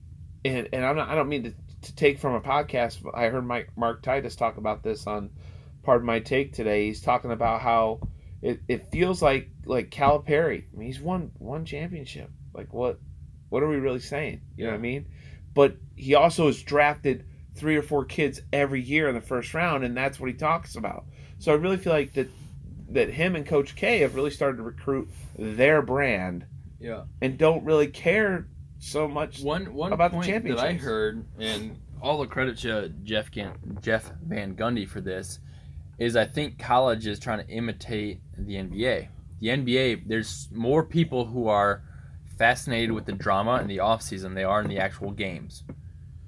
[SPEAKER 1] and, and I'm not, I don't mean to, to take from a podcast. But I heard Mike Mark Titus talk about this on, pardon my take today. He's talking about how it, it feels like like Calipari. I mean, he's won one championship. Like what what are we really saying? You know what I mean? But he also has drafted three or four kids every year in the first round, and that's what he talks about. So I really feel like that that him and Coach K have really started to recruit their brand
[SPEAKER 2] Yeah.
[SPEAKER 1] and don't really care so much.
[SPEAKER 2] One one
[SPEAKER 1] About the
[SPEAKER 2] point that I
[SPEAKER 1] championships.
[SPEAKER 2] heard, and all the credit to Jeff Gan- Jeff Van Gundy for this, is I think college is trying to imitate the NBA. The NBA, there's more people who are fascinated with the drama in the off season. than they are in the actual games.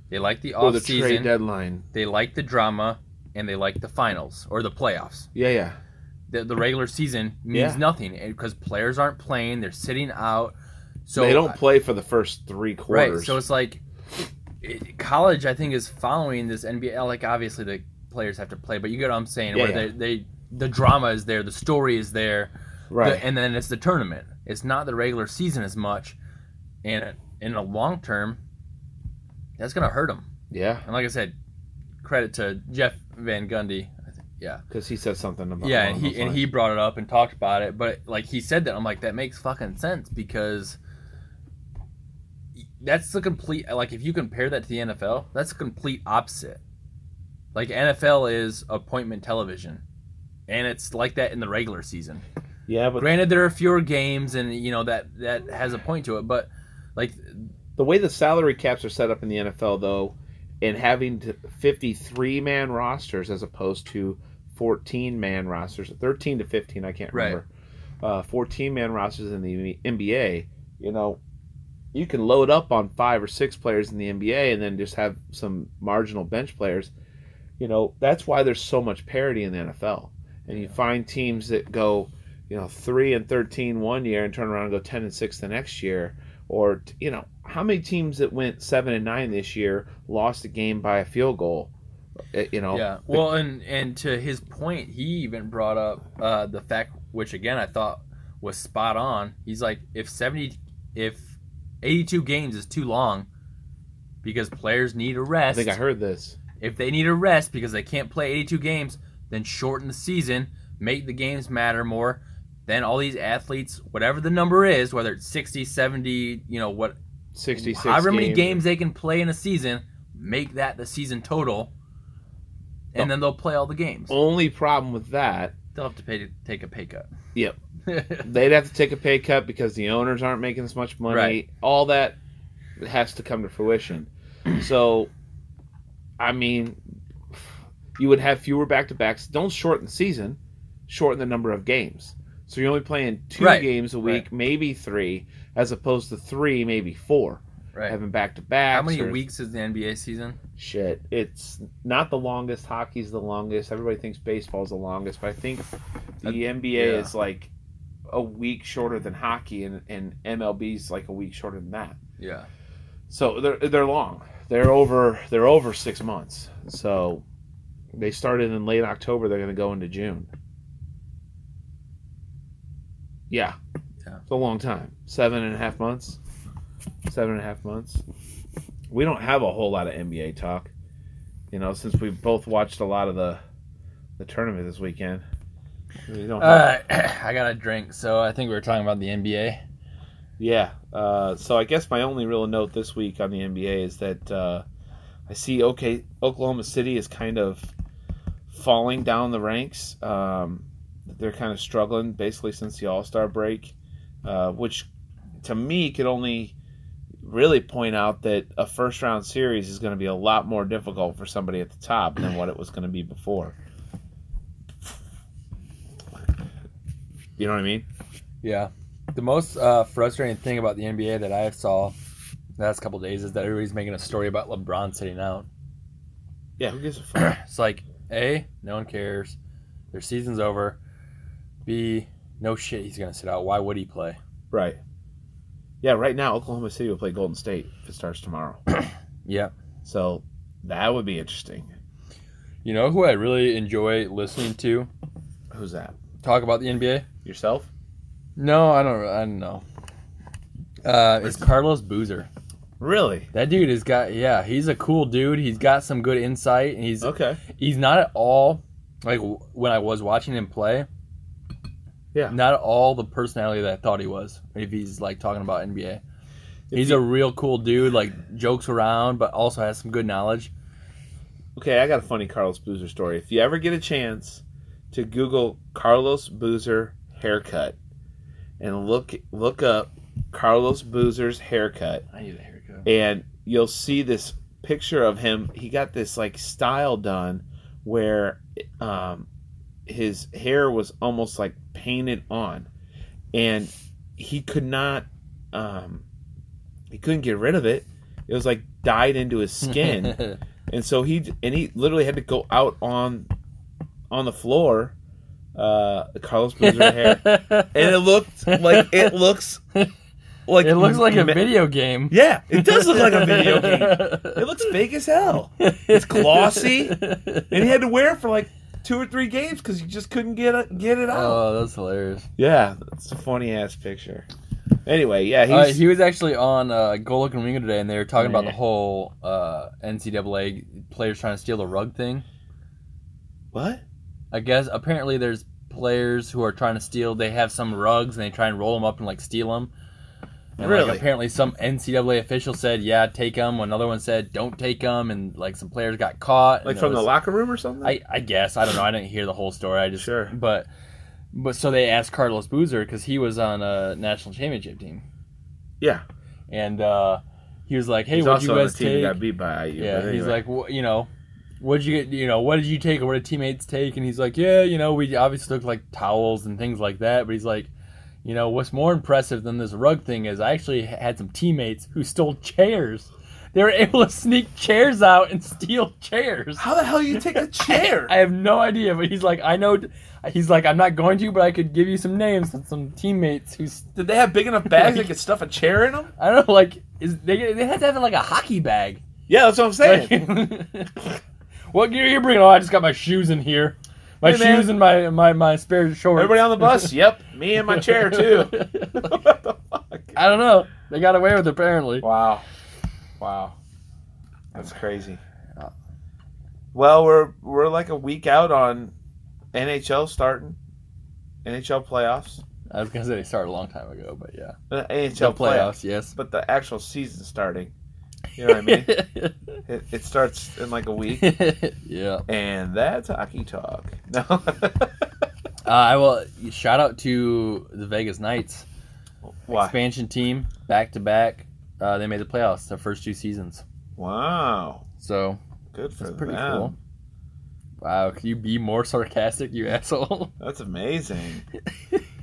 [SPEAKER 2] They like the
[SPEAKER 1] Or
[SPEAKER 2] off
[SPEAKER 1] the trade
[SPEAKER 2] season.
[SPEAKER 1] deadline.
[SPEAKER 2] they like the drama, and they like the finals or the playoffs.
[SPEAKER 1] Yeah, yeah.
[SPEAKER 2] The, the regular season means
[SPEAKER 1] Yeah.
[SPEAKER 2] nothing because players aren't playing; they're sitting out. So
[SPEAKER 1] they don't play for the first three quarters.
[SPEAKER 2] Right. So it's like it, college. I think is following this NBA. Like obviously the players have to play, but you get what I'm saying.
[SPEAKER 1] Yeah,
[SPEAKER 2] where
[SPEAKER 1] yeah.
[SPEAKER 2] They, they the drama is there, the story is there, the-
[SPEAKER 1] right.
[SPEAKER 2] and then it's the tournament. It's not the regular season as much, and in the long term, that's gonna hurt them.
[SPEAKER 1] yeah,
[SPEAKER 2] And like I said, credit to Jeff Van Gundy. I think, yeah,
[SPEAKER 1] because he said something about
[SPEAKER 2] yeah,
[SPEAKER 1] along
[SPEAKER 2] and he
[SPEAKER 1] those
[SPEAKER 2] and
[SPEAKER 1] lines.
[SPEAKER 2] he brought it up and talked about it, but like he said that I'm like that makes fucking sense because that's the complete like if you compare that to the NFL, that's the complete opposite. Like NFL is appointment television, and it's like that in the regular season.
[SPEAKER 1] yeah, but
[SPEAKER 2] Granted, there are fewer games, and you know that that has a point to it, but like
[SPEAKER 1] the way the salary caps are set up in the NFL, though, and having to 53 man rosters as opposed to 14 man rosters, 13 to 15, I can't
[SPEAKER 2] Right.
[SPEAKER 1] remember, uh, 14 man rosters in the NBA, you know, you can load up on five or six players in the NBA and then just have some marginal bench players. You know, that's why there's so much parity in the NFL. And you find teams that go, you know, 3 and 13 one year and turn around and go 10 and 6 the next year. Or, t- you know, how many teams that went 7 and 9 this year lost a game by a field goal? Uh, You know,
[SPEAKER 2] Yeah. Well, and and to his point, he even brought up uh, the fact, which again I thought was spot on. He's like, if seventy, if eighty-two games is too long, because players need a
[SPEAKER 1] I
[SPEAKER 2] rest.
[SPEAKER 1] think I heard this.
[SPEAKER 2] If they need a rest because they can't play eighty-two games, then shorten the season, make the games matter more. Then all these athletes, whatever the number is, whether it's 60, 70, you know, what,
[SPEAKER 1] 66
[SPEAKER 2] however many
[SPEAKER 1] games.
[SPEAKER 2] games they can play in a season, make that the season total,
[SPEAKER 1] Oh.
[SPEAKER 2] and then they'll play all the games.
[SPEAKER 1] Only problem with that
[SPEAKER 2] They'll have to pay to take a pay cut.
[SPEAKER 1] Yep. they'd have to take a pay cut because the owners aren't making as much money.
[SPEAKER 2] Right.
[SPEAKER 1] All that has to come to
[SPEAKER 2] (clears throat)
[SPEAKER 1] fruition. So, I mean, you would have fewer back to backs. Don't shorten the season, shorten the number of games. So you're only playing two
[SPEAKER 2] Right.
[SPEAKER 1] games a week, maybe three, as opposed to three, maybe four.
[SPEAKER 2] (laughs) right.
[SPEAKER 1] Having back to backs.
[SPEAKER 2] How many weeks is the NBA season?
[SPEAKER 1] Shit, it's not the longest. Hockey's the longest. Everybody thinks baseball's the longest, but I think the
[SPEAKER 2] Uh,
[SPEAKER 1] NBA
[SPEAKER 2] yeah.
[SPEAKER 1] is like a week shorter than hockey, and and MLB's like a week shorter than that.
[SPEAKER 2] Yeah.
[SPEAKER 1] So they're they're long. They're over. They're over six months. So they started in late October. They're going to go into June. Yeah,
[SPEAKER 2] Yeah.
[SPEAKER 1] it's a long time. Seven and a half months. Seven and a half months. We don't have a whole lot of NBA talk, you know, since we both watched a lot of the the tournament this weekend. We don't have-
[SPEAKER 2] Uh, (clears throat) I got a drink, so I think we were talking about the NBA.
[SPEAKER 1] Yeah. Uh, so I guess my only real note this week on the NBA is that uh, I see okay Oklahoma City is kind of falling down the ranks. Um, they're kind of struggling basically since the All Star break, uh, which to me could only really point out that a first round series is going to be a lot more difficult for somebody at the top than what it was going to be before. You know what I mean?
[SPEAKER 2] Yeah. The most uh, frustrating thing about the NBA that I saw the last couple days is that everybody's making a story about LeBron sitting out.
[SPEAKER 1] Yeah. Who gives a fuck?
[SPEAKER 2] It's like, A, no one cares. Their season's over. B, no shit, he's going to sit out. Why would he play?
[SPEAKER 1] Right. Yeah, right now Oklahoma City will play Golden State if it starts tomorrow.
[SPEAKER 2] Yeah.
[SPEAKER 1] So that would be interesting.
[SPEAKER 2] You know who I really enjoy listening to
[SPEAKER 1] Who's that?
[SPEAKER 2] talk about the NBA?
[SPEAKER 1] Yourself?
[SPEAKER 2] No, I don't. I don't know. Uh, it's Carlos Boozer.
[SPEAKER 1] Really?
[SPEAKER 2] That dude has got. Yeah, he's a cool dude. He's got some good insight, and he's
[SPEAKER 1] Okay.
[SPEAKER 2] he's not at all like w- when I was watching him play.
[SPEAKER 1] Yeah.
[SPEAKER 2] Not all the personality that I thought he was. If he's like talking about NBA, he's a real cool dude. Like jokes around, but also has some good knowledge.
[SPEAKER 1] Okay, I got a funny Carlos Boozer story. If you ever get a chance to Google Carlos Boozer haircut and look look up Carlos Boozer's haircut,
[SPEAKER 2] I need a haircut.
[SPEAKER 1] and you'll see this picture of him. He got this like style done where um, his hair was almost like painted on, and he could not um, he couldn't get rid of it. It was like dyed into his
[SPEAKER 2] (laughs)
[SPEAKER 1] skin. and so he and he literally had to go out on on the floor uh carlos boozer
[SPEAKER 2] (laughs)
[SPEAKER 1] hair and it looked like it looks like
[SPEAKER 2] it looks like a
[SPEAKER 1] ma-
[SPEAKER 2] video game.
[SPEAKER 1] yeah it does look like a
[SPEAKER 2] (laughs)
[SPEAKER 1] video game it looks fake as hell it's glossy and he had to wear it for like two or three games because he just couldn't get it get it out
[SPEAKER 2] (laughs) Oh, that's hilarious.
[SPEAKER 1] yeah it's a funny ass picture anyway yeah
[SPEAKER 2] Uh,
[SPEAKER 1] he's
[SPEAKER 2] he was actually on uh, Go Look and Ringo today, and they were talking about
[SPEAKER 1] Yeah.
[SPEAKER 2] the whole uh, NCAA players trying to steal the rug thing.
[SPEAKER 1] what
[SPEAKER 2] I guess apparently there's players who are trying to steal. They have some rugs and they try and roll them up and like steal them. And,
[SPEAKER 1] Really?
[SPEAKER 2] Like, apparently, some NCAA official said, "Yeah, take them." Another one said, "Don't take them," and like some players got caught. and
[SPEAKER 1] like
[SPEAKER 2] it
[SPEAKER 1] from the
[SPEAKER 2] was-
[SPEAKER 1] locker room or something
[SPEAKER 2] I, I guess I don't know. I didn't hear the whole story. I just
[SPEAKER 1] Sure.
[SPEAKER 2] But but so they asked Carlos Boozer because he was on a national championship team,
[SPEAKER 1] yeah
[SPEAKER 2] and uh, he was like, "Hey,
[SPEAKER 1] he's
[SPEAKER 2] what'd
[SPEAKER 1] also
[SPEAKER 2] you
[SPEAKER 1] on the
[SPEAKER 2] guys
[SPEAKER 1] team
[SPEAKER 2] take?"
[SPEAKER 1] that got beat by IU
[SPEAKER 2] yeah,
[SPEAKER 1] but
[SPEAKER 2] he's
[SPEAKER 1] anyway.
[SPEAKER 2] like, "Wh- you know, what'd you get? You know, what did you take, or what did teammates take? And he's like, "Yeah, you know, we obviously look like towels and things like that." But he's like. You know what's more impressive than this rug thing is I actually ha- had some teammates who stole chairs. They were able to sneak chairs out and (laughs) steal chairs.
[SPEAKER 1] how the hell you take a chair
[SPEAKER 2] (laughs) I have no idea, but he's like, I know. He's like, I'm not going to, but I could give you some names and some teammates who s-
[SPEAKER 1] Did they have big enough bags that could stuff a chair in them?
[SPEAKER 2] I don't know, like, is they they had to have it like a hockey bag.
[SPEAKER 1] (laughs) Yeah, that's what I'm
[SPEAKER 2] Like,
[SPEAKER 1] saying.
[SPEAKER 2] (laughs) what gear you bringing? Oh, I just got my shoes in here, my
[SPEAKER 1] Hey, man.
[SPEAKER 2] shoes and my my my spare shorts.
[SPEAKER 1] Everybody on the bus? Yep, me and my chair
[SPEAKER 2] (laughs)
[SPEAKER 1] too. what the fuck?
[SPEAKER 2] I don't know. They got away with it apparently.
[SPEAKER 1] Wow, wow, that's crazy. Well, we're we're like a week out on NHL starting, NHL playoffs,
[SPEAKER 2] I was gonna say they started a long time ago, but yeah,
[SPEAKER 1] Uh,
[SPEAKER 2] Still
[SPEAKER 1] NHL playoffs,
[SPEAKER 2] playoffs, yes.
[SPEAKER 1] but the actual season starting. You know what I
[SPEAKER 2] (laughs)
[SPEAKER 1] mean? it, it starts in like a week,
[SPEAKER 2] yeah.
[SPEAKER 1] and that's hockey talk. (laughs) No.
[SPEAKER 2] Uh, I will shout out to the Vegas Knights.
[SPEAKER 1] Why?
[SPEAKER 2] expansion team back to back. Uh, they made the playoffs the first two seasons,
[SPEAKER 1] Wow,
[SPEAKER 2] so
[SPEAKER 1] good for
[SPEAKER 2] that's pretty
[SPEAKER 1] them.
[SPEAKER 2] cool. Wow, can you be more sarcastic, you (laughs) asshole?
[SPEAKER 1] That's amazing.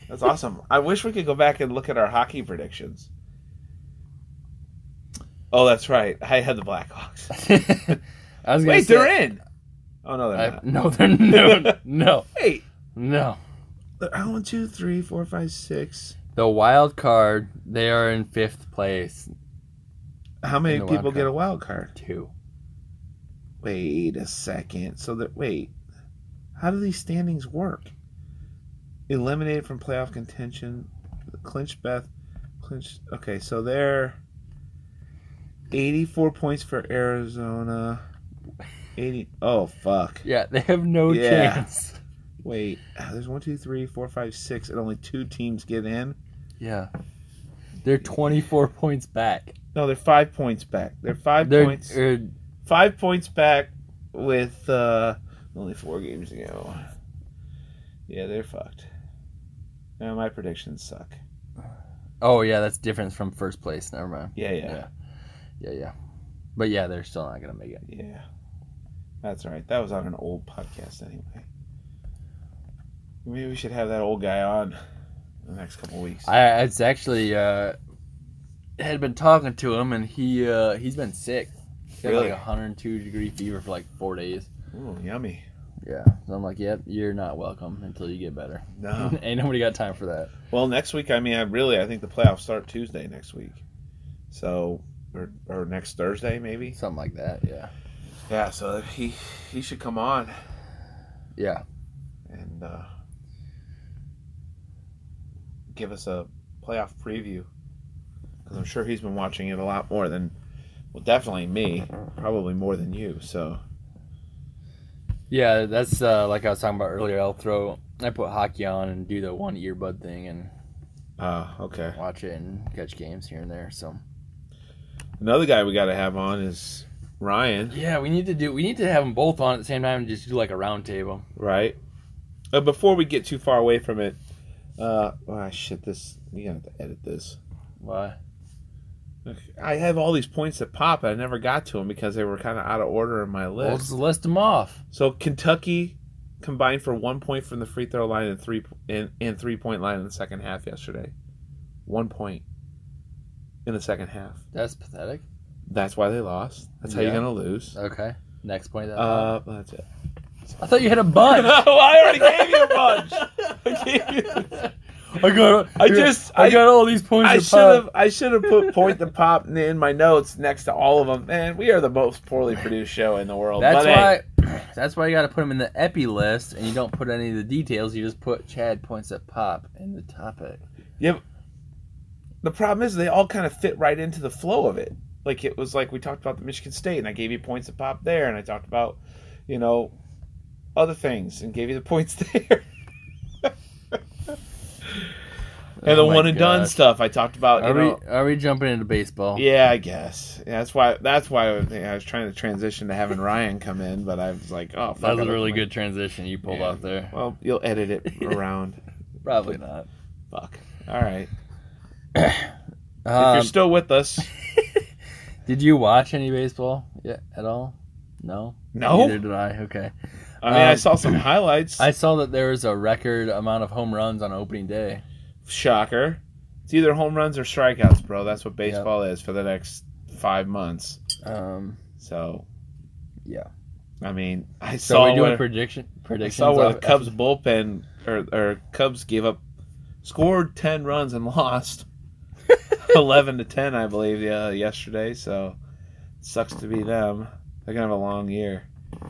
[SPEAKER 1] That's awesome. I wish we could go back and look at our hockey predictions. Oh, that's right. I had the Blackhawks.
[SPEAKER 2] (laughs) I was gonna
[SPEAKER 1] Wait,
[SPEAKER 2] say,
[SPEAKER 1] they're in. Oh no, they're
[SPEAKER 2] I-
[SPEAKER 1] not.
[SPEAKER 2] no, they're (laughs) no, no,
[SPEAKER 1] Wait,
[SPEAKER 2] no.
[SPEAKER 1] they're oh, one, two, three, four, five, six.
[SPEAKER 2] The wild card, they are in fifth place.
[SPEAKER 1] How many
[SPEAKER 2] And the wild
[SPEAKER 1] people get a wild card?
[SPEAKER 2] Two.
[SPEAKER 1] Wait a second. So that wait, how do these standings work? Eliminated from playoff contention, clinched Beth, clinched. Okay, so they're eighty-four points for Arizona. Eighty. Oh fuck!
[SPEAKER 2] Yeah, they have no
[SPEAKER 1] Yeah.
[SPEAKER 2] chance.
[SPEAKER 1] Wait, ah, there's one, two, three, four, five, six, and only two teams get in.
[SPEAKER 2] Yeah, they're twenty-four points back.
[SPEAKER 1] No, they're five points back. They're 5
[SPEAKER 2] They're
[SPEAKER 1] points.
[SPEAKER 2] er,
[SPEAKER 1] five points back with uh, only four games to go. Yeah, they're fucked. Now my predictions suck.
[SPEAKER 2] oh yeah, that's different from first place. Never mind.
[SPEAKER 1] Yeah, yeah,
[SPEAKER 2] Yeah. Yeah, yeah, but yeah, they're still not gonna make it.
[SPEAKER 1] yeah. That's all right. That was on an old podcast anyway. Maybe we should have that old guy on the next couple weeks.
[SPEAKER 2] I it's actually uh, had been talking to him, and he uh, he's been sick. He had
[SPEAKER 1] Really?
[SPEAKER 2] like 102 degree fever for like four days.
[SPEAKER 1] Ooh, yummy.
[SPEAKER 2] Yeah, so I'm like, yep, you're not welcome until you get better.
[SPEAKER 1] No.
[SPEAKER 2] (laughs) Ain't nobody got time for that.
[SPEAKER 1] well, next week. I mean, I really, I think the playoffs start Tuesday next week. So, or, or next Thursday maybe.
[SPEAKER 2] Something like that. Yeah,
[SPEAKER 1] Yeah. So he he should come on.
[SPEAKER 2] yeah,
[SPEAKER 1] and uh, give us a playoff preview because I'm sure he's been watching it a lot more than, well, definitely me, probably more than you. So
[SPEAKER 2] Yeah, that's uh, like I was talking about earlier. I'll throw, I put hockey on and do the one earbud thing and
[SPEAKER 1] Oh, okay.
[SPEAKER 2] watch it and catch games here and there. So
[SPEAKER 1] Another guy we got to have on is Ryan,
[SPEAKER 2] yeah, we need to do, we need to have them both on at the same time and just do like a round table.
[SPEAKER 1] right? Uh, before we get too far away from it, uh, oh, shit, this you gonna have to edit this.
[SPEAKER 2] Why?
[SPEAKER 1] I have all these points that pop, and I never got to them because they were kind of out of order in my
[SPEAKER 2] Well,
[SPEAKER 1] list.
[SPEAKER 2] let's list them off.
[SPEAKER 1] So Kentucky combined for one point from the free throw line and three and, and three point line in the second half yesterday. One point in the second half.
[SPEAKER 2] That's pathetic.
[SPEAKER 1] That's why they lost. That's how you're
[SPEAKER 2] Yeah.
[SPEAKER 1] gonna lose.
[SPEAKER 2] Okay. Next point. That
[SPEAKER 1] Uh, that's (laughs) it.
[SPEAKER 2] I thought you had a (laughs) bunch.
[SPEAKER 1] I already gave you a bunch.
[SPEAKER 2] I
[SPEAKER 1] gave (laughs)
[SPEAKER 2] got.
[SPEAKER 1] I just-
[SPEAKER 2] I,
[SPEAKER 1] I-
[SPEAKER 2] got all these points.
[SPEAKER 1] I
[SPEAKER 2] to
[SPEAKER 1] should
[SPEAKER 2] pop.
[SPEAKER 1] have. I should have put point the pop in my notes next to all of them. Man, we are the most poorly produced show in the world.
[SPEAKER 2] That's
[SPEAKER 1] But hey,
[SPEAKER 2] why. (clears throat) That's why you got to put them in the epi list, and you don't put any of the details. You just put Chad points at pop in the topic.
[SPEAKER 1] the problem is they all kind of fit right into the flow of it. Like it was like we talked about the Michigan State, and I gave you points to pop there, and I talked about, you know, other things, and gave you the (laughs) points
[SPEAKER 2] (laughs)
[SPEAKER 1] there. and the
[SPEAKER 2] Oh my
[SPEAKER 1] one and done
[SPEAKER 2] gosh.
[SPEAKER 1] stuff I talked about.
[SPEAKER 2] Are
[SPEAKER 1] you know,
[SPEAKER 2] we? Are we jumping into baseball?
[SPEAKER 1] yeah, I guess Yeah, that's why. That's why I was, I was trying to transition to having Ryan come in, but I was like, oh, fuck,
[SPEAKER 2] That was
[SPEAKER 1] I
[SPEAKER 2] a
[SPEAKER 1] don't
[SPEAKER 2] really
[SPEAKER 1] like-
[SPEAKER 2] good transition you pulled
[SPEAKER 1] Yeah.
[SPEAKER 2] out there.
[SPEAKER 1] Well, you'll edit
[SPEAKER 2] (laughs)
[SPEAKER 1] it around.
[SPEAKER 2] Probably (clears throat) not.
[SPEAKER 1] Fuck. All right. if
[SPEAKER 2] Um, (laughs)
[SPEAKER 1] you're still with us,
[SPEAKER 2] did you watch any baseball yeah, at all? No.
[SPEAKER 1] no.
[SPEAKER 2] Neither did I. Okay.
[SPEAKER 1] I mean, I
[SPEAKER 2] Um,
[SPEAKER 1] saw
[SPEAKER 2] (clears throat)
[SPEAKER 1] some highlights.
[SPEAKER 2] I saw that there was a record amount of home runs on opening day.
[SPEAKER 1] Shocker. It's either home runs or strikeouts, bro. That's what baseball is for the next five months.
[SPEAKER 2] Um,
[SPEAKER 1] So,
[SPEAKER 2] Yeah.
[SPEAKER 1] I mean, I
[SPEAKER 2] so
[SPEAKER 1] saw
[SPEAKER 2] we do
[SPEAKER 1] where,
[SPEAKER 2] a prediction.
[SPEAKER 1] I
[SPEAKER 2] Predictions.
[SPEAKER 1] saw where the
[SPEAKER 2] off-
[SPEAKER 1] Cubs bullpen or, or Cubs gave up, scored ten runs and (laughs) lost (laughs)
[SPEAKER 2] (laughs)
[SPEAKER 1] eleven to ten, I believe, yeah, yesterday. So, sucks to be them. They're gonna have a long year.
[SPEAKER 2] Oh,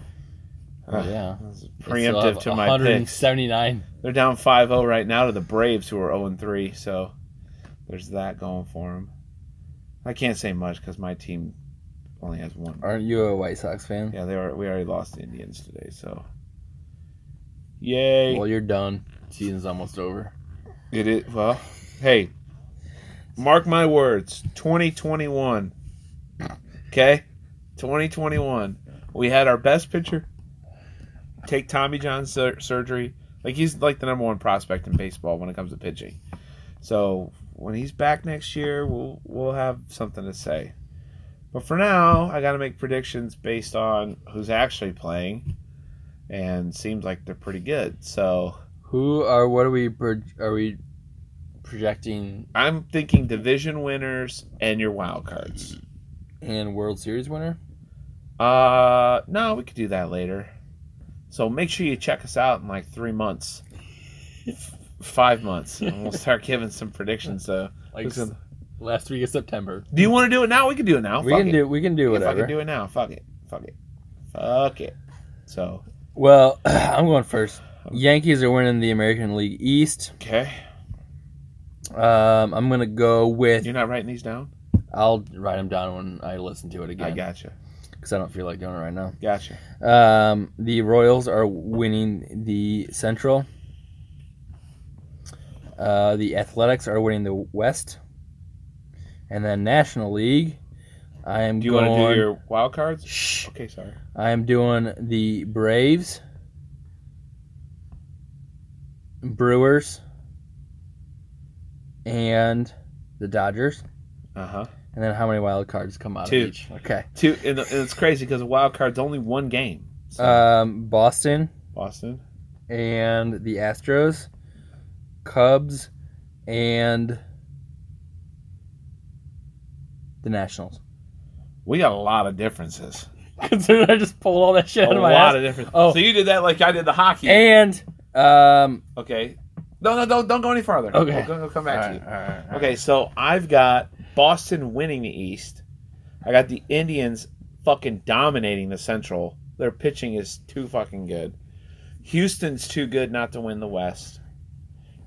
[SPEAKER 1] (sighs)
[SPEAKER 2] yeah.
[SPEAKER 1] That was
[SPEAKER 2] They still
[SPEAKER 1] preemptive
[SPEAKER 2] have
[SPEAKER 1] to my picks.
[SPEAKER 2] 179.
[SPEAKER 1] They're down 5-0 right now to the Braves, who are 0-3. So there's that going for them. I can't say much because my team only has one.
[SPEAKER 2] Aren't you a White Sox fan?
[SPEAKER 1] Yeah, they are. We already lost the Indians today, so yay!
[SPEAKER 2] Well, you're done. Season's almost over.
[SPEAKER 1] It is well. Hey, mark my words. 2021. Okay, 2021. We had our best pitcher take Tommy John sur- surgery. Like he's like the number one prospect in baseball when it comes to pitching. So when he's back next year, we'll we'll have something to say. But for now, I got to make predictions based on who's actually playing, and seems like they're pretty good. So
[SPEAKER 2] Who are? What are we? Pro- are we projecting
[SPEAKER 1] I'm thinking division winners and your wild cards.
[SPEAKER 2] and World Series winner?
[SPEAKER 1] Uh, no, we could do that later. So make sure you check us out in like three months, F- five months, and we'll start giving some predictions. So,
[SPEAKER 2] Like
[SPEAKER 1] Who's gonna-
[SPEAKER 2] s- last week of September.
[SPEAKER 1] do you want to do it now? We can do it now.
[SPEAKER 2] We
[SPEAKER 1] Fuck
[SPEAKER 2] can
[SPEAKER 1] it.
[SPEAKER 2] do. We can do
[SPEAKER 1] We can
[SPEAKER 2] whatever.
[SPEAKER 1] fucking do it now. Fuck it. Fuck it. Fuck it. So
[SPEAKER 2] Well, (clears throat) I'm going first. Yankees are winning the American League East.
[SPEAKER 1] okay,
[SPEAKER 2] Um, I'm gonna go with.
[SPEAKER 1] you're not writing these down.
[SPEAKER 2] I'll write them down when I listen to it
[SPEAKER 1] I
[SPEAKER 2] again
[SPEAKER 1] gotcha.
[SPEAKER 2] because I don't feel like doing it right now.
[SPEAKER 1] Gotcha.
[SPEAKER 2] Um, the Royals are winning the Central. Uh, the Athletics are winning the West. And then National League, I am
[SPEAKER 1] Do you
[SPEAKER 2] going.
[SPEAKER 1] want to do your wild cards?
[SPEAKER 2] Shh.
[SPEAKER 1] Okay, sorry.
[SPEAKER 2] I am doing the Braves, Brewers, and the Dodgers.
[SPEAKER 1] Uh huh.
[SPEAKER 2] And then how many wild cards come out
[SPEAKER 1] Two.
[SPEAKER 2] of each? Okay.
[SPEAKER 1] Two, and, and it's crazy because the wild card's only one game. So,
[SPEAKER 2] Um, Boston,
[SPEAKER 1] Boston.
[SPEAKER 2] and the Astros, Cubs, and the Nationals. (laughs)
[SPEAKER 1] We got a lot of differences.
[SPEAKER 2] Considering I just pulled all that shit
[SPEAKER 1] (laughs)
[SPEAKER 2] out
[SPEAKER 1] a
[SPEAKER 2] of my
[SPEAKER 1] lot
[SPEAKER 2] ass.
[SPEAKER 1] of different.
[SPEAKER 2] Oh.
[SPEAKER 1] Oh, so you did that like I did the hockey.
[SPEAKER 2] And um,
[SPEAKER 1] okay. No, no, don't don't go any farther.
[SPEAKER 2] Okay.
[SPEAKER 1] We'll, go- we'll come back to you.
[SPEAKER 2] okay.
[SPEAKER 1] Okay, so I've got Boston winning the East. I got the Indians fucking dominating the Central. Their pitching is too fucking good. Houston's too good not to win the West.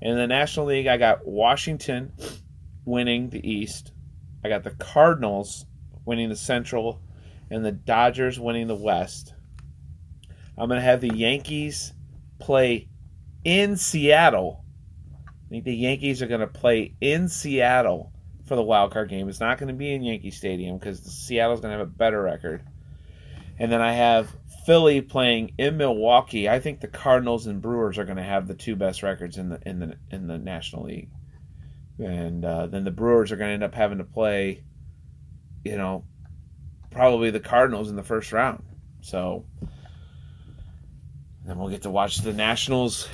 [SPEAKER 1] In the National League, I got Washington winning the East. I got the Cardinals winning the Central and the Dodgers winning the West. I'm going to have the Yankees play in Seattle. I think the Yankees are going to play in Seattle for the wild card game. It's not going to be in Yankee Stadium because Seattle's going to have a better record. And then I have Philly playing in Milwaukee. I think the Cardinals and Brewers are going to have the two best records in the in the in the National League. And uh, then the Brewers are going to end up having to play, you know, probably the Cardinals in the first round. So then we'll get to watch the Nationals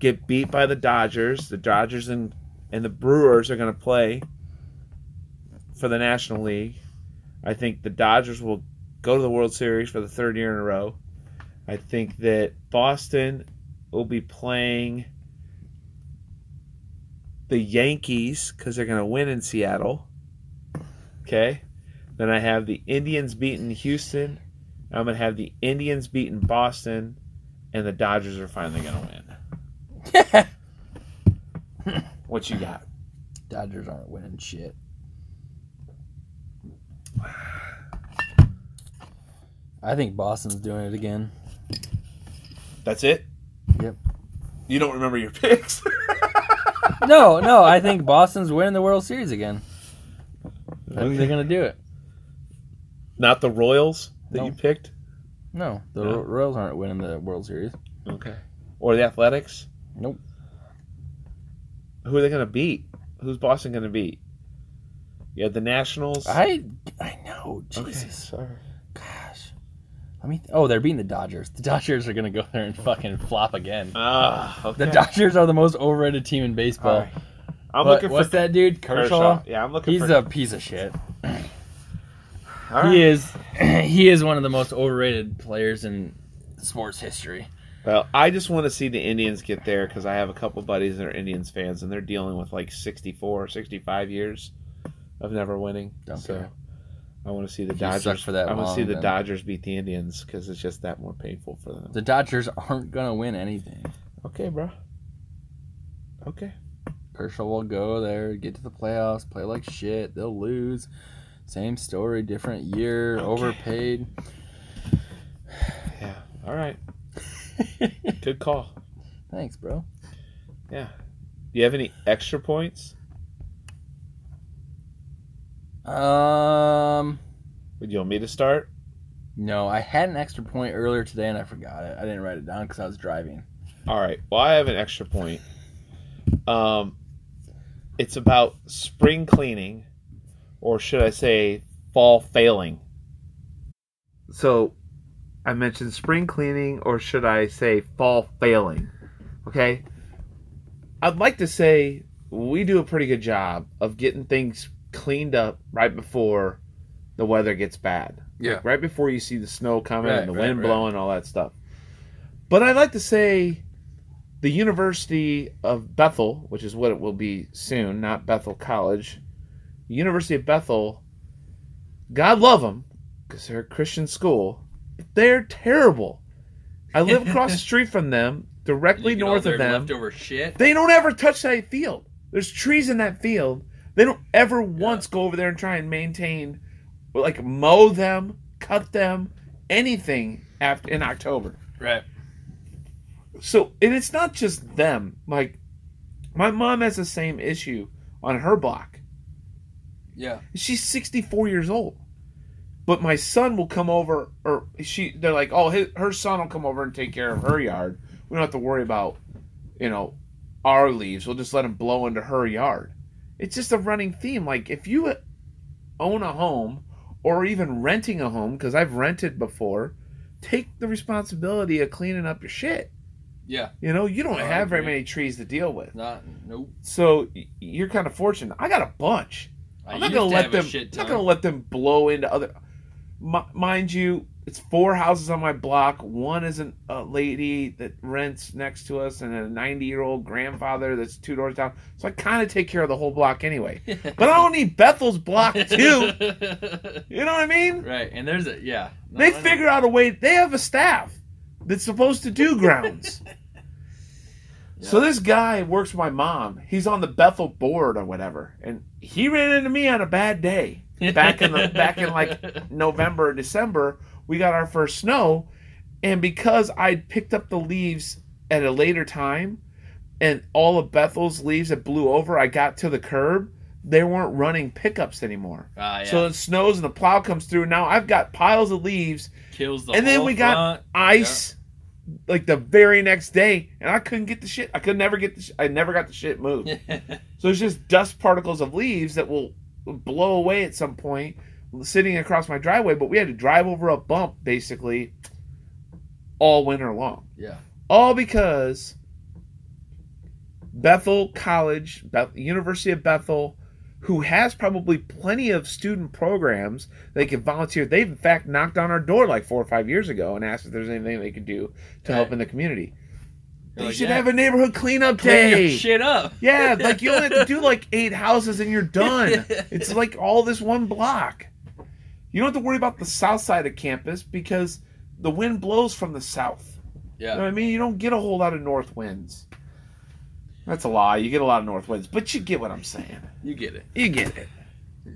[SPEAKER 1] get beat by the Dodgers. The Dodgers and and the Brewers are going to play for the National League. I think the Dodgers will go to the World Series for the third year in a row. I think that Boston will be playing the Yankees because they're going to win in Seattle. Okay. Then I have the Indians beating Houston. I'm going to have the Indians beating Boston. And the Dodgers are finally going to win.
[SPEAKER 2] (laughs)
[SPEAKER 1] What you got?
[SPEAKER 3] Dodgers aren't winning shit. I think Boston's doing it again.
[SPEAKER 1] That's it?
[SPEAKER 3] Yep.
[SPEAKER 1] You don't remember your (laughs) picks?
[SPEAKER 3] No, no, I think Boston's winning the World Series again. I think they're gonna do it.
[SPEAKER 1] Not the Royals that
[SPEAKER 3] No.
[SPEAKER 1] you picked?
[SPEAKER 3] No, the
[SPEAKER 1] No.
[SPEAKER 3] Ro- Royals aren't winning the World Series.
[SPEAKER 1] Okay. Or the Athletics?
[SPEAKER 3] Nope.
[SPEAKER 1] Who are they going to beat? Who's Boston going to beat? You have the Nationals.
[SPEAKER 3] I I know.
[SPEAKER 1] Okay,
[SPEAKER 3] Jesus,
[SPEAKER 1] sorry.
[SPEAKER 3] gosh. I mean, oh, they're beating the Dodgers. The Dodgers are gonna go there and fucking flop again.
[SPEAKER 1] Ah, okay.
[SPEAKER 3] The Dodgers are the most overrated team in
[SPEAKER 1] All
[SPEAKER 3] baseball.
[SPEAKER 1] right. I'm
[SPEAKER 3] But
[SPEAKER 1] looking
[SPEAKER 3] what's
[SPEAKER 1] for
[SPEAKER 3] that dude Kershaw?
[SPEAKER 1] Yeah, I'm looking
[SPEAKER 3] He's
[SPEAKER 1] for.
[SPEAKER 3] a piece of shit.
[SPEAKER 1] All right.
[SPEAKER 3] He is (clears throat) he is one of the most overrated players in sports history.
[SPEAKER 1] Well, I just want to see the Indians get there because I have a couple buddies that are Indians fans, and they're dealing with like 64, 65 years of never winning.
[SPEAKER 3] Don't
[SPEAKER 1] so
[SPEAKER 3] care.
[SPEAKER 1] I want to see the
[SPEAKER 3] If you suck
[SPEAKER 1] Dodgers.
[SPEAKER 3] for that
[SPEAKER 1] I want to see
[SPEAKER 3] long,
[SPEAKER 1] the
[SPEAKER 3] then-
[SPEAKER 1] Dodgers beat the Indians because it's just that more painful for them.
[SPEAKER 3] The Dodgers aren't gonna win anything.
[SPEAKER 1] Okay, bro. Okay.
[SPEAKER 3] Kershaw will go there, get to the playoffs, play like shit. They'll lose. Same story, different year,
[SPEAKER 1] Okay. (laughs)
[SPEAKER 3] overpaid.
[SPEAKER 1] Yeah. All right. Good call.
[SPEAKER 3] Thanks, bro.
[SPEAKER 1] Do you have any extra points?
[SPEAKER 3] Um,
[SPEAKER 1] Would you want me to start?
[SPEAKER 3] no, I had an extra point earlier today and I forgot it. I didn't write it down because I was driving.
[SPEAKER 1] All right. Well, I have an extra point. Um, it's about spring cleaning, or should I say, fall failing. So, I mentioned spring cleaning, or should I say, fall failing? Okay. I'd like to say we do a pretty good job of getting things cleaned up right before the weather gets bad
[SPEAKER 2] Yeah.
[SPEAKER 1] right before you see the snow coming
[SPEAKER 2] Right,
[SPEAKER 1] and the
[SPEAKER 2] right,
[SPEAKER 1] wind
[SPEAKER 2] right.
[SPEAKER 1] blowing all that stuff. But I'd like to say the University of Bethel, which is what it will be soon, not Bethel College, the University of Bethel, God love them because they're a Christian school. But they're terrible. I live across the street from them, directly north of them.
[SPEAKER 2] Leftover shit.
[SPEAKER 1] They don't ever touch that field. There's trees in that field. They don't ever once go over there and try and maintain, like mow them, cut them, anything after in October.
[SPEAKER 2] Right.
[SPEAKER 1] So, and it's not just them. Like, my mom has the same issue on her block.
[SPEAKER 2] Yeah.
[SPEAKER 1] She's 64 years old. But my son will come over, or she. They're like, oh, his, her son will come over and take care of her yard. We don't have to worry about, you know, our leaves. We'll just let him blow into her yard. It's just a running theme. Like if you own a home, or even renting a home, because I've rented before, take the responsibility of cleaning up your shit.
[SPEAKER 2] Yeah.
[SPEAKER 1] You know, you don't
[SPEAKER 2] I
[SPEAKER 1] have very
[SPEAKER 2] agree.
[SPEAKER 1] many trees to deal with,
[SPEAKER 2] Not. Nope.
[SPEAKER 1] so y- you're kind of fortunate. I got a bunch.
[SPEAKER 2] Uh,
[SPEAKER 1] I'm not gonna let them. I'm not gonna let them blow into other. Mi- mind you, it's four houses on my block. One is an, a lady that rents next to us, and a 90 year old grandfather that's two doors down. So I kind of take care of the whole block
[SPEAKER 2] (laughs)
[SPEAKER 1] anyway. But I don't need Bethel's block too.
[SPEAKER 2] (laughs)
[SPEAKER 1] You know what I mean?
[SPEAKER 2] right. And there's a yeah. No,
[SPEAKER 1] They
[SPEAKER 2] I know.
[SPEAKER 1] figure out a way. They have a staff that's supposed to do grounds. So this guy works with my mom. He's on the Bethel board or whatever, and he ran into me on a bad day back in the back in like November, December. We got our first snow, And because I'd picked up the leaves at a later time and all of Bethel's leaves that blew over, I got to the curb. They weren't running pickups anymore.
[SPEAKER 2] (laughs) Ah, yeah.
[SPEAKER 1] So it snows and the plow comes through. Now I've got piles of leaves,
[SPEAKER 2] kills the
[SPEAKER 1] and then
[SPEAKER 2] whole
[SPEAKER 1] we got
[SPEAKER 2] front. (laughs)
[SPEAKER 1] ice, like the very next day, and I couldn't get the shit. I could never get the. Sh- I never got the shit moved. So it's just dust particles of leaves that will blow away at some point, sitting across my driveway. But we had to drive over a bump basically all winter long.
[SPEAKER 2] Yeah.
[SPEAKER 1] All because Bethel College, Beth- University of Bethel, who has probably plenty of student programs they can volunteer. They've in fact knocked on our door like four or five years ago and asked if there's anything they could do to help
[SPEAKER 2] Right.
[SPEAKER 1] in the community.
[SPEAKER 2] You're
[SPEAKER 1] They
[SPEAKER 2] like,
[SPEAKER 1] should
[SPEAKER 2] yeah,
[SPEAKER 1] have a neighborhood cleanup
[SPEAKER 2] clean your
[SPEAKER 1] day.
[SPEAKER 2] shit up.
[SPEAKER 1] Yeah, like you only have to do like eight houses and you're
[SPEAKER 2] (laughs)
[SPEAKER 1] done. It's like all this one block. You don't have to worry about the south side of campus because the wind blows from the south. You know
[SPEAKER 2] Yeah.
[SPEAKER 1] what I mean? You don't get a whole lot of north winds. That's a lie. You get a lot of north winds, but you get what I'm saying.
[SPEAKER 2] You get it.
[SPEAKER 1] You get it.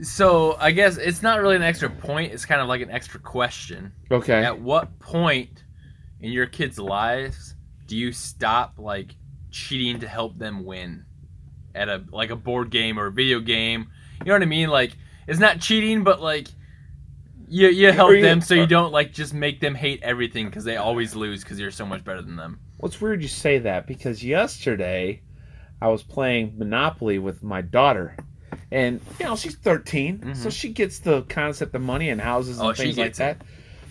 [SPEAKER 2] So I guess it's not really an extra point. It's kind of like an extra question.
[SPEAKER 1] Okay.
[SPEAKER 2] At what point in your kids' lives do you stop like cheating to help them win at a like a board game or a video game? You know what I mean? Like it's not cheating, but like you you help
[SPEAKER 1] Or you-
[SPEAKER 2] them so you don't like just make them hate everything because they always lose because you're so much better than them.
[SPEAKER 1] Well, it's weird you say that because yesterday I was playing Monopoly with my daughter. And, you know, she's 13, so she gets the concept of money and houses and
[SPEAKER 2] Mm-hmm. Oh, she
[SPEAKER 1] things like
[SPEAKER 2] gets
[SPEAKER 1] that.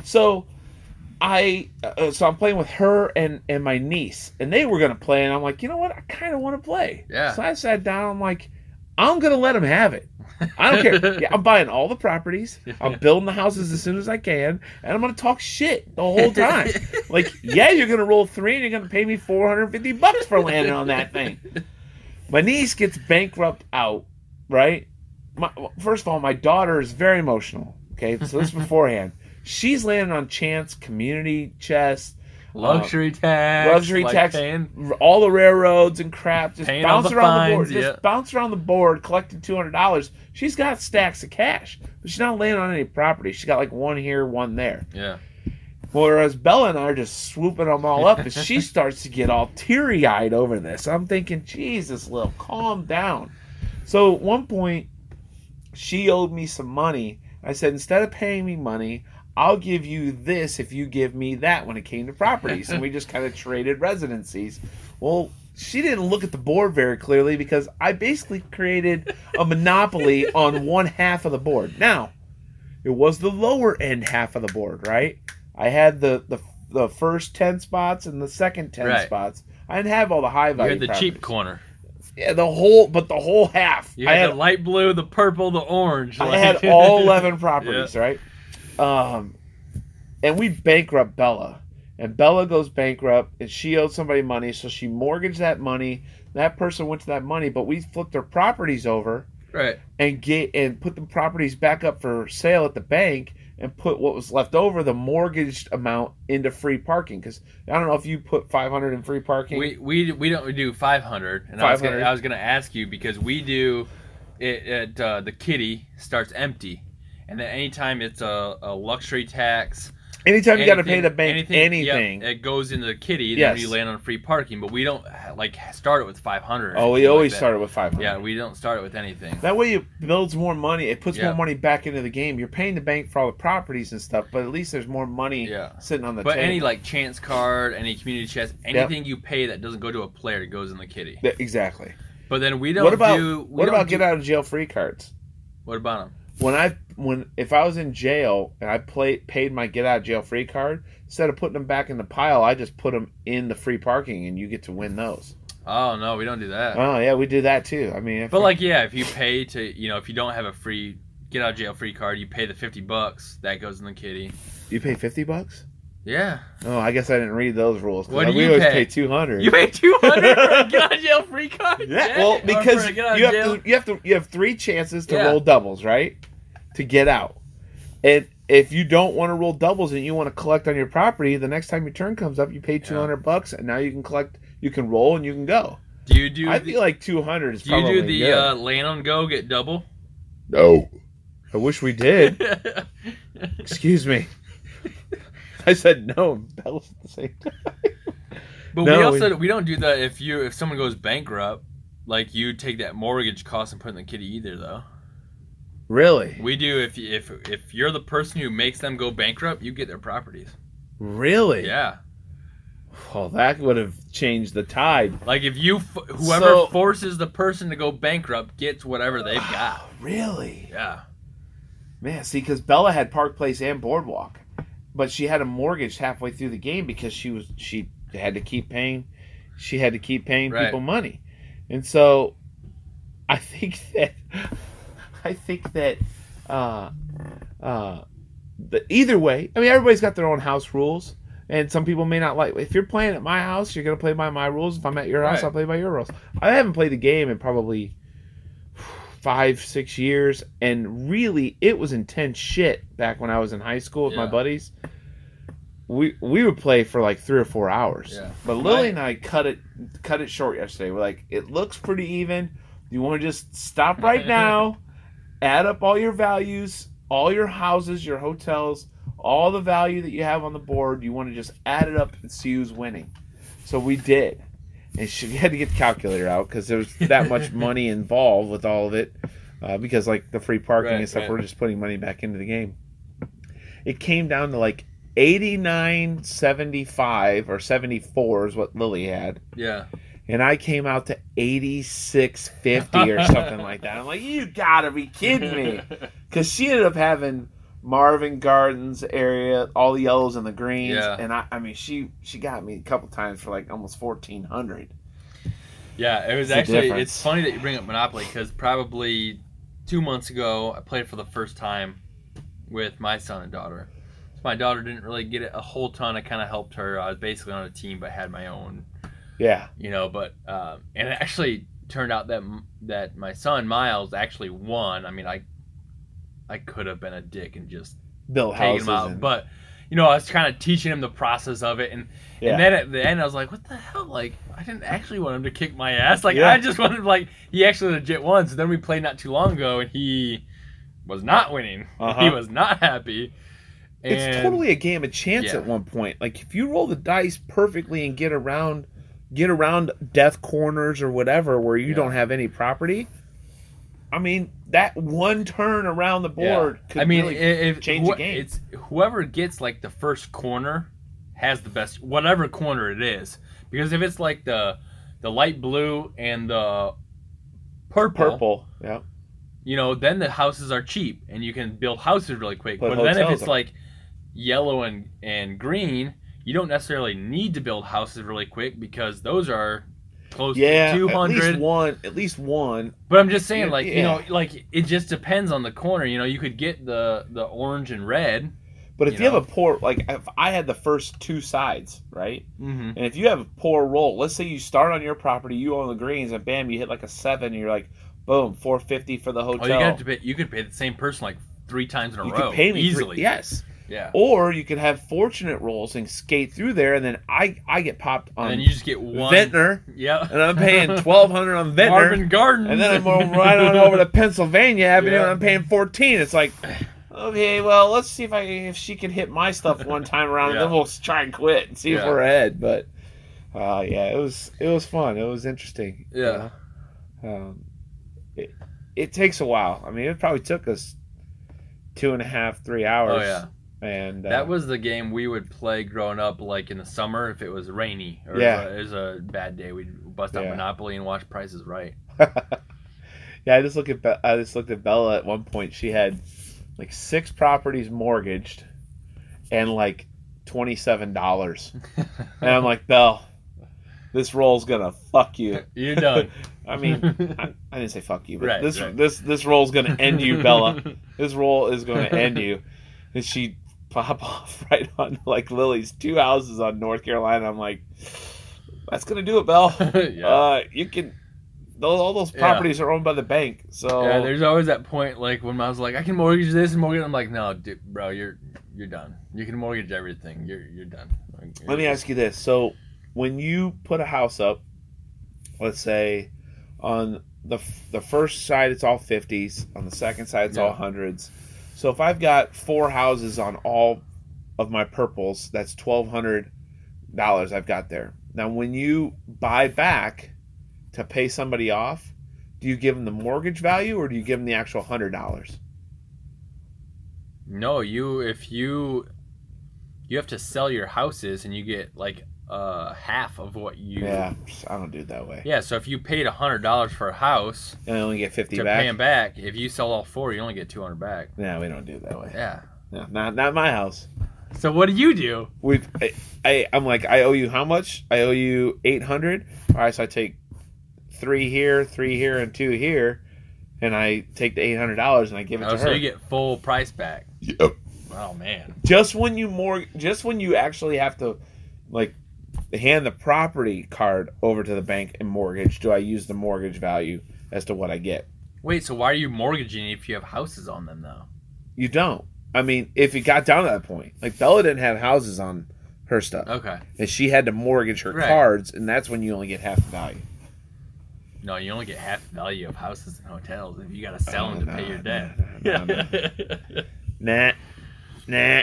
[SPEAKER 1] So. I uh, so I'm playing with her and and my niece, and they were gonna play, and I'm like, you know what? I kind of want to play.
[SPEAKER 2] Yeah.
[SPEAKER 1] So I sat down. I'm like, I'm gonna let them have it. I don't
[SPEAKER 2] (laughs)
[SPEAKER 1] care. Yeah, I'm buying all the properties. I'm building the houses as soon as I can, and I'm gonna talk shit the
[SPEAKER 2] (laughs)
[SPEAKER 1] whole time. (laughs) like, yeah, you're gonna roll three, and you're gonna pay me 450 bucks for landing on that thing. My niece gets bankrupt out, right? My, first of all, my daughter is very emotional. Okay, so
[SPEAKER 2] (laughs)
[SPEAKER 1] this is beforehand. She's landing on chance, community chest,
[SPEAKER 2] Luxury tax,
[SPEAKER 1] luxury
[SPEAKER 2] like
[SPEAKER 1] tax,
[SPEAKER 2] paying-
[SPEAKER 1] r- all the railroads and crap, just
[SPEAKER 2] Paying
[SPEAKER 1] bounce
[SPEAKER 2] all the
[SPEAKER 1] around the
[SPEAKER 2] fines,
[SPEAKER 1] board, just
[SPEAKER 2] yeah.
[SPEAKER 1] bounce around the board, collecting two hundred dollars. She's got stacks of cash, but she's not laying on any property. She's got like one here, one there.
[SPEAKER 2] Yeah,
[SPEAKER 1] Whereas Bella and I are just swooping them all up, and she starts to get all teary eyed over this. I'm thinking, Jesus, Lil, calm down. So at one point, she owed me some money. I said, instead of paying me money, I'll give you this if you give me that when it came to properties. and we just
[SPEAKER 2] (laughs)
[SPEAKER 1] kind of traded residencies. Well, she didn't look at the board very clearly because I basically created a
[SPEAKER 2] (laughs)
[SPEAKER 1] monopoly on one half of the board. Now, it was the lower end half of the board, right? I had the the, the first 10 spots and the second 10
[SPEAKER 2] Right.
[SPEAKER 1] spots. I didn't have all the high
[SPEAKER 2] you
[SPEAKER 1] value.
[SPEAKER 2] had the cheap
[SPEAKER 1] properties.
[SPEAKER 2] corner.
[SPEAKER 1] Yeah, the whole, but the whole half.
[SPEAKER 2] You
[SPEAKER 1] I
[SPEAKER 2] had,
[SPEAKER 1] had
[SPEAKER 2] the light blue, the purple, the orange.
[SPEAKER 1] I
[SPEAKER 2] like- (laughs)
[SPEAKER 1] had all 11 properties, right? Um, and we bankrupt Bella. And Bella goes bankrupt, and she owed somebody money, so she mortgaged that money. That person went to that money, but we flipped their properties over
[SPEAKER 2] right.
[SPEAKER 1] and get and put the properties back up for sale at the bank and put what was left over the mortgaged amount into free parking because i don't know if you put 500 in free parking
[SPEAKER 2] We we we don't do 500, and I was gonna,
[SPEAKER 1] 500.
[SPEAKER 2] I was gonna ask you because we do it. it uh, the kitty starts empty, and then anytime it's a, a luxury tax,
[SPEAKER 1] anytime you got to pay
[SPEAKER 2] anything-
[SPEAKER 1] the bank anything,
[SPEAKER 2] yep, it goes into the kitty. Then
[SPEAKER 1] Yes.
[SPEAKER 2] we land on free parking, but we don't uh, like start it with 500. or
[SPEAKER 1] oh we
[SPEAKER 2] anything like
[SPEAKER 1] always
[SPEAKER 2] that.
[SPEAKER 1] started with 500
[SPEAKER 2] Yeah, we don't start it with anything.
[SPEAKER 1] That way it builds more money. It puts
[SPEAKER 2] Yeah.
[SPEAKER 1] more money back into the game. You're paying the bank for all the properties and stuff, but at least there's more money
[SPEAKER 2] Yeah.
[SPEAKER 1] sitting on the
[SPEAKER 2] But any
[SPEAKER 1] table.
[SPEAKER 2] like chance card, any community chest, anything you pay that doesn't go to a player goes in the kitty.
[SPEAKER 1] Yeah, exactly.
[SPEAKER 2] But then we don't
[SPEAKER 1] What about
[SPEAKER 2] do. We
[SPEAKER 1] what
[SPEAKER 2] don't
[SPEAKER 1] about
[SPEAKER 2] do,
[SPEAKER 1] get out of jail free cards?
[SPEAKER 2] What about them?
[SPEAKER 1] When I when if I was in jail and I played paid my get out of jail free card, instead of putting them back in the pile, I just put them in the free parking and you get to win those.
[SPEAKER 2] Oh no, we don't do that.
[SPEAKER 1] Oh yeah, we do that too. I mean, if
[SPEAKER 2] But like, yeah, if you pay to, you know, if you don't have a free get out of jail free card, you pay the fifty bucks that goes in the kitty.
[SPEAKER 1] you pay fifty bucks.
[SPEAKER 2] Yeah,
[SPEAKER 1] Oh, I guess I didn't read those rules. 'cause
[SPEAKER 2] What do
[SPEAKER 1] we
[SPEAKER 2] you
[SPEAKER 1] always
[SPEAKER 2] pay?
[SPEAKER 1] pay two hundred.
[SPEAKER 2] you pay two hundred for a get out of jail free card.
[SPEAKER 1] (laughs) Yeah, well,
[SPEAKER 2] Or for
[SPEAKER 1] because
[SPEAKER 2] a get out of
[SPEAKER 1] you have
[SPEAKER 2] jail-
[SPEAKER 1] to, you have to, you have three chances to
[SPEAKER 2] Yeah.
[SPEAKER 1] roll doubles, right? To get out. And if you don't want to roll doubles and you want to collect on your property, the next time your turn comes up, you pay two hundred bucks, and now you can collect, you can roll, and you can go.
[SPEAKER 2] Do you do?
[SPEAKER 1] I
[SPEAKER 2] the,
[SPEAKER 1] feel like two hundred is
[SPEAKER 2] do you
[SPEAKER 1] probably
[SPEAKER 2] do the
[SPEAKER 1] good.
[SPEAKER 2] uh, land on go get
[SPEAKER 1] (laughs)
[SPEAKER 2] double?
[SPEAKER 1] no. I wish we did. Excuse me. (laughs) I said no and bells at the same time.
[SPEAKER 2] (laughs) But
[SPEAKER 1] No,
[SPEAKER 2] we
[SPEAKER 1] we-
[SPEAKER 2] also we don't do that if you if someone goes bankrupt, like you take that mortgage cost and put it in the kitty either though.
[SPEAKER 1] Really?
[SPEAKER 2] We do if if if you're the person who makes them go bankrupt, you get their properties.
[SPEAKER 1] Really?
[SPEAKER 2] Yeah,
[SPEAKER 1] Well, that would have changed the tide.
[SPEAKER 2] like if you f- whoever
[SPEAKER 1] So-
[SPEAKER 2] forces the person to go bankrupt gets whatever
[SPEAKER 1] (sighs)
[SPEAKER 2] they've got.
[SPEAKER 1] Really?
[SPEAKER 2] Yeah,
[SPEAKER 1] Man, see, because Bella had Park Place and Boardwalk, but she had a mortgage halfway through the game because she was she had to keep paying, she had to keep paying
[SPEAKER 2] Right.
[SPEAKER 1] people money, and so I think (laughs) that I think that uh, uh, the either way, I mean, everybody's got their own house rules. And some people may not like. If you're playing at my house, you're gonna play by my rules. If I'm at your house,
[SPEAKER 2] Right.
[SPEAKER 1] I'll play by your rules. I haven't played the game in probably five, six years, and really, it was intense shit back when I was in high school with my
[SPEAKER 2] Yeah.
[SPEAKER 1] buddies. We we would play for like three or four hours.
[SPEAKER 2] Yeah.
[SPEAKER 1] But Lily
[SPEAKER 2] Right.
[SPEAKER 1] and I cut it cut it short yesterday. We're like, it looks pretty even. You want to just stop
[SPEAKER 2] (laughs)
[SPEAKER 1] right now, add up all your values, all your houses, your hotels, all the value that you have on the board. You want to just add it up and see who's winning. So we did, and she (laughs) we had to get the calculator out because there was that
[SPEAKER 2] (laughs)
[SPEAKER 1] much money involved with all of it, uh, because like the free parking
[SPEAKER 2] Right,
[SPEAKER 1] and stuff,
[SPEAKER 2] right.
[SPEAKER 1] we're just putting money back into the game. It came down to like eighty nine seventy five or seventy four is what Lily had
[SPEAKER 2] yeah.
[SPEAKER 1] and I came out to 8650 or something like that. I'm like, you gotta be kidding
[SPEAKER 2] (laughs)
[SPEAKER 1] me. Because she ended up having Marvin Gardens area, all the yellows and the greens.
[SPEAKER 2] Yeah.
[SPEAKER 1] And I, I mean, she she got me a couple times for like almost 1400
[SPEAKER 2] Yeah, it was
[SPEAKER 1] It's the
[SPEAKER 2] actually.
[SPEAKER 1] difference.
[SPEAKER 2] It's funny that you bring up Monopoly because probably two months ago I played for the first time with my son and daughter. My daughter didn't really get it a whole ton. I kind of helped her. I was basically on a team, but had my own,
[SPEAKER 1] Yeah.
[SPEAKER 2] you know. But um, and it actually turned out that m- that my son Miles actually won. I mean, I I could have been a dick and just
[SPEAKER 1] Built
[SPEAKER 2] taken
[SPEAKER 1] houses.
[SPEAKER 2] him out,
[SPEAKER 1] and-
[SPEAKER 2] but you know, I was kind of teaching him the process of it and
[SPEAKER 1] yeah.
[SPEAKER 2] and then at the end, I was like, "What the hell? Like, I didn't actually want him to kick my ass. Like,
[SPEAKER 1] Yeah.
[SPEAKER 2] I just wanted like he actually legit won." So then we played not too long ago, and he was not winning. (laughs)
[SPEAKER 1] Uh-huh.
[SPEAKER 2] He was not happy. And
[SPEAKER 1] it's totally a game of chance
[SPEAKER 2] Yeah.
[SPEAKER 1] at one point. Like if you roll the dice perfectly and get around get around death corners or whatever where you
[SPEAKER 2] Yeah.
[SPEAKER 1] don't have any property, I mean, that one turn around the
[SPEAKER 2] Yeah.
[SPEAKER 1] board could
[SPEAKER 2] I mean,
[SPEAKER 1] really
[SPEAKER 2] if, if
[SPEAKER 1] change the game.
[SPEAKER 2] It's whoever gets like the first corner has the best, whatever corner it is. Because if it's like the the light blue and the purple,
[SPEAKER 1] purple. Yeah.
[SPEAKER 2] you know, then the houses are cheap and you can build houses really quick.
[SPEAKER 1] But
[SPEAKER 2] But, then if
[SPEAKER 1] hotels
[SPEAKER 2] it's
[SPEAKER 1] are-
[SPEAKER 2] like yellow and, and green, you don't necessarily need to build houses really quick because those are close
[SPEAKER 1] Yeah.
[SPEAKER 2] to
[SPEAKER 1] At
[SPEAKER 2] 200.
[SPEAKER 1] least one at least one.
[SPEAKER 2] But I'm just saying, like, you
[SPEAKER 1] Yeah.
[SPEAKER 2] know, like it just depends on the corner. You know, you could get the, the orange and red.
[SPEAKER 1] But if you,
[SPEAKER 2] You know?
[SPEAKER 1] have a poor like if I had the first two sides, right?
[SPEAKER 2] Mm-hmm.
[SPEAKER 1] And if you have a poor roll, let's say you start on your property, you own the greens, and bam, you hit like a seven, and you're like, boom, four fifty for the
[SPEAKER 2] Oh,
[SPEAKER 1] hotel.
[SPEAKER 2] you, got to pay, you could pay the same person like three times in a
[SPEAKER 1] You
[SPEAKER 2] row.
[SPEAKER 1] could pay me three-
[SPEAKER 2] easily.
[SPEAKER 1] yes.
[SPEAKER 2] Yeah.
[SPEAKER 1] Or you could have fortunate rolls and skate through there, and then I I get popped
[SPEAKER 2] and
[SPEAKER 1] on
[SPEAKER 2] then you just get one.
[SPEAKER 1] Um, Ventnor,
[SPEAKER 2] Yeah.
[SPEAKER 1] and I'm
[SPEAKER 2] (laughs)
[SPEAKER 1] paying twelve hundred on Ventnor,
[SPEAKER 2] Marvin Gardens.
[SPEAKER 1] and then I'm going right on over to Pennsylvania Avenue,
[SPEAKER 2] Yeah.
[SPEAKER 1] and I'm paying fourteen. It's like, okay, well, let's see if I if she can hit my stuff one time around, and then
[SPEAKER 2] Yeah.
[SPEAKER 1] we'll try and quit and see if
[SPEAKER 2] Yeah.
[SPEAKER 1] we're ahead. But uh, yeah, it was it was fun. It was interesting. you
[SPEAKER 2] Yeah.
[SPEAKER 1] know? um, it it takes a while. I mean, it probably took us two and a half, three
[SPEAKER 2] Oh,
[SPEAKER 1] hours.
[SPEAKER 2] yeah.
[SPEAKER 1] and uh,
[SPEAKER 2] That was the game we would play growing up, like in the summer if it was rainy or
[SPEAKER 1] Yeah.
[SPEAKER 2] it, was a, it was a bad day. We'd bust out
[SPEAKER 1] Yeah.
[SPEAKER 2] Monopoly and watch Price is Right.
[SPEAKER 1] Yeah, I just look at Be- I just looked at Bella at one point. She had like six properties mortgaged and like twenty seven dollars, (laughs) and I'm like, Belle, this roll's gonna fuck you.
[SPEAKER 2] You're (laughs) done.
[SPEAKER 1] (laughs) I mean, I, I didn't say fuck you, but
[SPEAKER 2] Right,
[SPEAKER 1] this
[SPEAKER 2] right.
[SPEAKER 1] this this roll's gonna end you,
[SPEAKER 2] (laughs)
[SPEAKER 1] Bella. This roll is gonna end you, and she pop off (laughs) right on like Lily's two houses on North Carolina. I'm like, that's gonna do it, Belle.
[SPEAKER 2] yeah.
[SPEAKER 1] Uh, you can. Those, all those properties are owned by the bank, so
[SPEAKER 2] yeah, there's always that point, like when I was like, I can mortgage this and mortgage. I'm like, no, dude, bro, you're you're done. You can mortgage everything. You're you're done. Like,
[SPEAKER 1] Let me
[SPEAKER 2] you're-
[SPEAKER 1] ask you this. So, when you put a house up, let's say on the the first side it's all 50s, on the second side it's all
[SPEAKER 2] Yeah.
[SPEAKER 1] hundreds. So if I've got four houses on all of my purples. That's twelve hundred dollars I've got there. Now, when you buy back to pay somebody off, do you give them the mortgage value or do you give them the actual hundred dollars?
[SPEAKER 2] No, you if you you have to sell your houses and you get like uh half of what you
[SPEAKER 1] Yeah, I don't do it that way.
[SPEAKER 2] Yeah, so if you paid hundred dollars for a house
[SPEAKER 1] And I only get fifty
[SPEAKER 2] to
[SPEAKER 1] back.
[SPEAKER 2] pay them back, if you sell all four, you only get two hundred back.
[SPEAKER 1] No, we don't do it that way.
[SPEAKER 2] Yeah.
[SPEAKER 1] No, not not my house.
[SPEAKER 2] So what do you do?
[SPEAKER 1] We've I, I I'm like I owe you how much? I owe you eight hundred. All right, so I take three here, three here, and two here, and I take the eight hundred dollars and I give it
[SPEAKER 2] Oh,
[SPEAKER 1] to
[SPEAKER 2] so
[SPEAKER 1] her.
[SPEAKER 2] you get full price back.
[SPEAKER 1] Yep.
[SPEAKER 2] Oh man.
[SPEAKER 1] just when you more just when you actually have to like hand the property card over to the bank and mortgage do i use the mortgage value as to what i get
[SPEAKER 2] Wait, so why are you mortgaging if you have houses on them though?
[SPEAKER 1] you don't i mean if it got down to that point like bella didn't have houses on her stuff
[SPEAKER 2] Okay.
[SPEAKER 1] and she had to mortgage her
[SPEAKER 2] Oh. Right.
[SPEAKER 1] cards and that's when you only get half the value
[SPEAKER 2] No, you only get half the value of houses and hotels if you gotta sell
[SPEAKER 1] Oh,
[SPEAKER 2] them to
[SPEAKER 1] no,
[SPEAKER 2] pay your
[SPEAKER 1] no,
[SPEAKER 2] debt.
[SPEAKER 1] no, no,
[SPEAKER 2] (laughs)
[SPEAKER 1] nah nah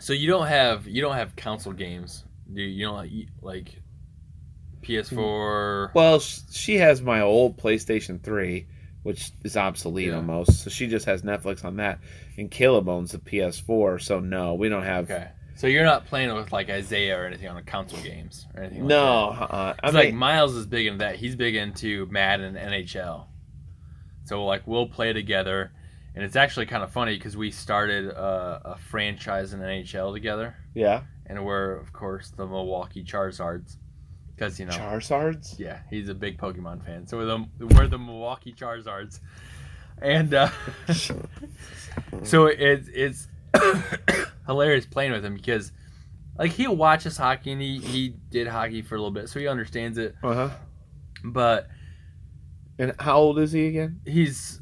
[SPEAKER 2] so you don't have you don't have console games, do you? You don't like, you- like PS4.
[SPEAKER 1] well sh- she has my old playstation 3 which is obsolete
[SPEAKER 2] Yeah.
[SPEAKER 1] almost so she just has netflix on that and caleb owns the ps4 so no we don't have
[SPEAKER 2] Okay. So you're not playing with like Isaiah or anything on the console games or anything. like that?
[SPEAKER 1] No, uh, I
[SPEAKER 2] It's
[SPEAKER 1] mean,
[SPEAKER 2] like Miles is big into that. He's big into Madden and NHL. So like we'll play together, and it's actually kind of funny because we started a, a franchise in NHL together,
[SPEAKER 1] yeah,
[SPEAKER 2] and we're of course the Milwaukee Charizards, because you know
[SPEAKER 1] Charizards.
[SPEAKER 2] (laughs) yeah he's a big Pokemon fan. So we're the we're the Milwaukee Charizards,
[SPEAKER 1] (laughs)
[SPEAKER 2] and uh,
[SPEAKER 1] Uh-huh.
[SPEAKER 2] so it's it's (coughs) hilarious playing with him because like he'll watch us hockey and he he did hockey for a little bit, so he understands it,
[SPEAKER 1] Uh huh.
[SPEAKER 2] but.
[SPEAKER 1] And how old is he again?
[SPEAKER 2] he's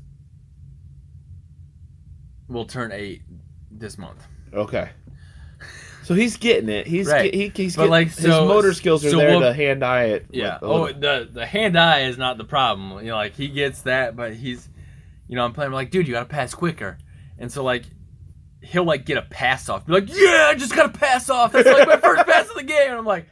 [SPEAKER 2] will turn eight this month.
[SPEAKER 1] Okay. So he's getting it. He's
[SPEAKER 2] Right.
[SPEAKER 1] get, he, he's
[SPEAKER 2] But,
[SPEAKER 1] getting,
[SPEAKER 2] like,
[SPEAKER 1] his
[SPEAKER 2] so-
[SPEAKER 1] motor skills are
[SPEAKER 2] so
[SPEAKER 1] there
[SPEAKER 2] we'll-
[SPEAKER 1] to hand eye it. with
[SPEAKER 2] Yeah.
[SPEAKER 1] a
[SPEAKER 2] Oh,
[SPEAKER 1] little-
[SPEAKER 2] the the hand eye is not the problem. You know, like he gets that, but he's, you know, I'm playing. I'm like, dude, you gotta pass quicker, and so like. He'll like get a pass off, be like, "Yeah, I just got a pass off. That's like my first pass of the game." And I'm like,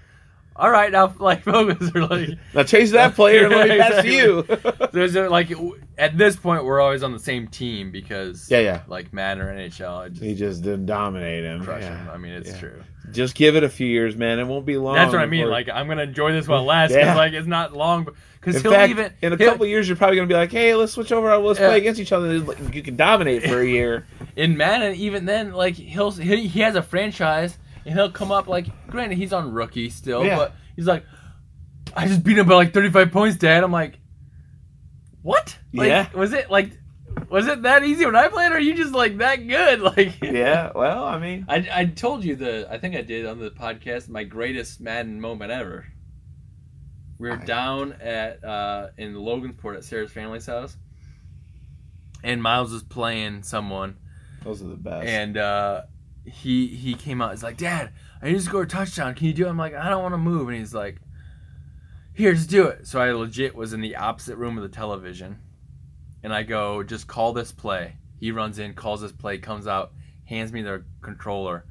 [SPEAKER 2] "All right, now like (laughs) focus." Or like,
[SPEAKER 1] now change
[SPEAKER 2] (laughs)
[SPEAKER 1] that player and let me pass to you.
[SPEAKER 2] there's a, like at this point we're always on the same team because
[SPEAKER 1] yeah, yeah.
[SPEAKER 2] like Madden or NHL, I
[SPEAKER 1] He
[SPEAKER 2] just
[SPEAKER 1] just didn't dominate him.
[SPEAKER 2] crush
[SPEAKER 1] Yeah.
[SPEAKER 2] him. I mean, it's
[SPEAKER 1] Yeah.
[SPEAKER 2] true.
[SPEAKER 1] Just give it a few years, man. It won't be long.
[SPEAKER 2] That's what I mean.
[SPEAKER 1] before-
[SPEAKER 2] Like I'm gonna enjoy this while it lasts because
[SPEAKER 1] Yeah.
[SPEAKER 2] like it's not long.
[SPEAKER 1] in
[SPEAKER 2] Because he'll
[SPEAKER 1] fact,
[SPEAKER 2] even
[SPEAKER 1] in a
[SPEAKER 2] he'll-
[SPEAKER 1] couple years, you're probably gonna be like, "Hey, let's switch over. Let's
[SPEAKER 2] Yeah.
[SPEAKER 1] play against each other. You can dominate for a
[SPEAKER 2] (laughs)
[SPEAKER 1] year."
[SPEAKER 2] in Madden. Even then, like he'll he, he has a franchise and he'll come up like. Granted, he's on rookie still,
[SPEAKER 1] Yeah.
[SPEAKER 2] but he's like, I just beat him by like 35 points, Dad. I'm like, what? Like,
[SPEAKER 1] Yeah.
[SPEAKER 2] Was it like, was it that easy when I played? Or are you just like that good? (laughs) Like
[SPEAKER 1] yeah. Well, I mean,
[SPEAKER 2] I, I told you the I think I did on the podcast my greatest Madden moment ever. We were
[SPEAKER 1] I-
[SPEAKER 2] down at uh, in Logansport at Sarah's family's house, and Miles was playing someone,
[SPEAKER 1] those are the best.
[SPEAKER 2] and uh, he he came out. He's like, "Dad, I need to score a touchdown. Can you do it?" I'm like, "I don't want to move," and he's like, "Here, just do it." So I legit was in the opposite room of the television, and I go, "Just call this play." He runs in, calls this play, comes out, hands me their controller,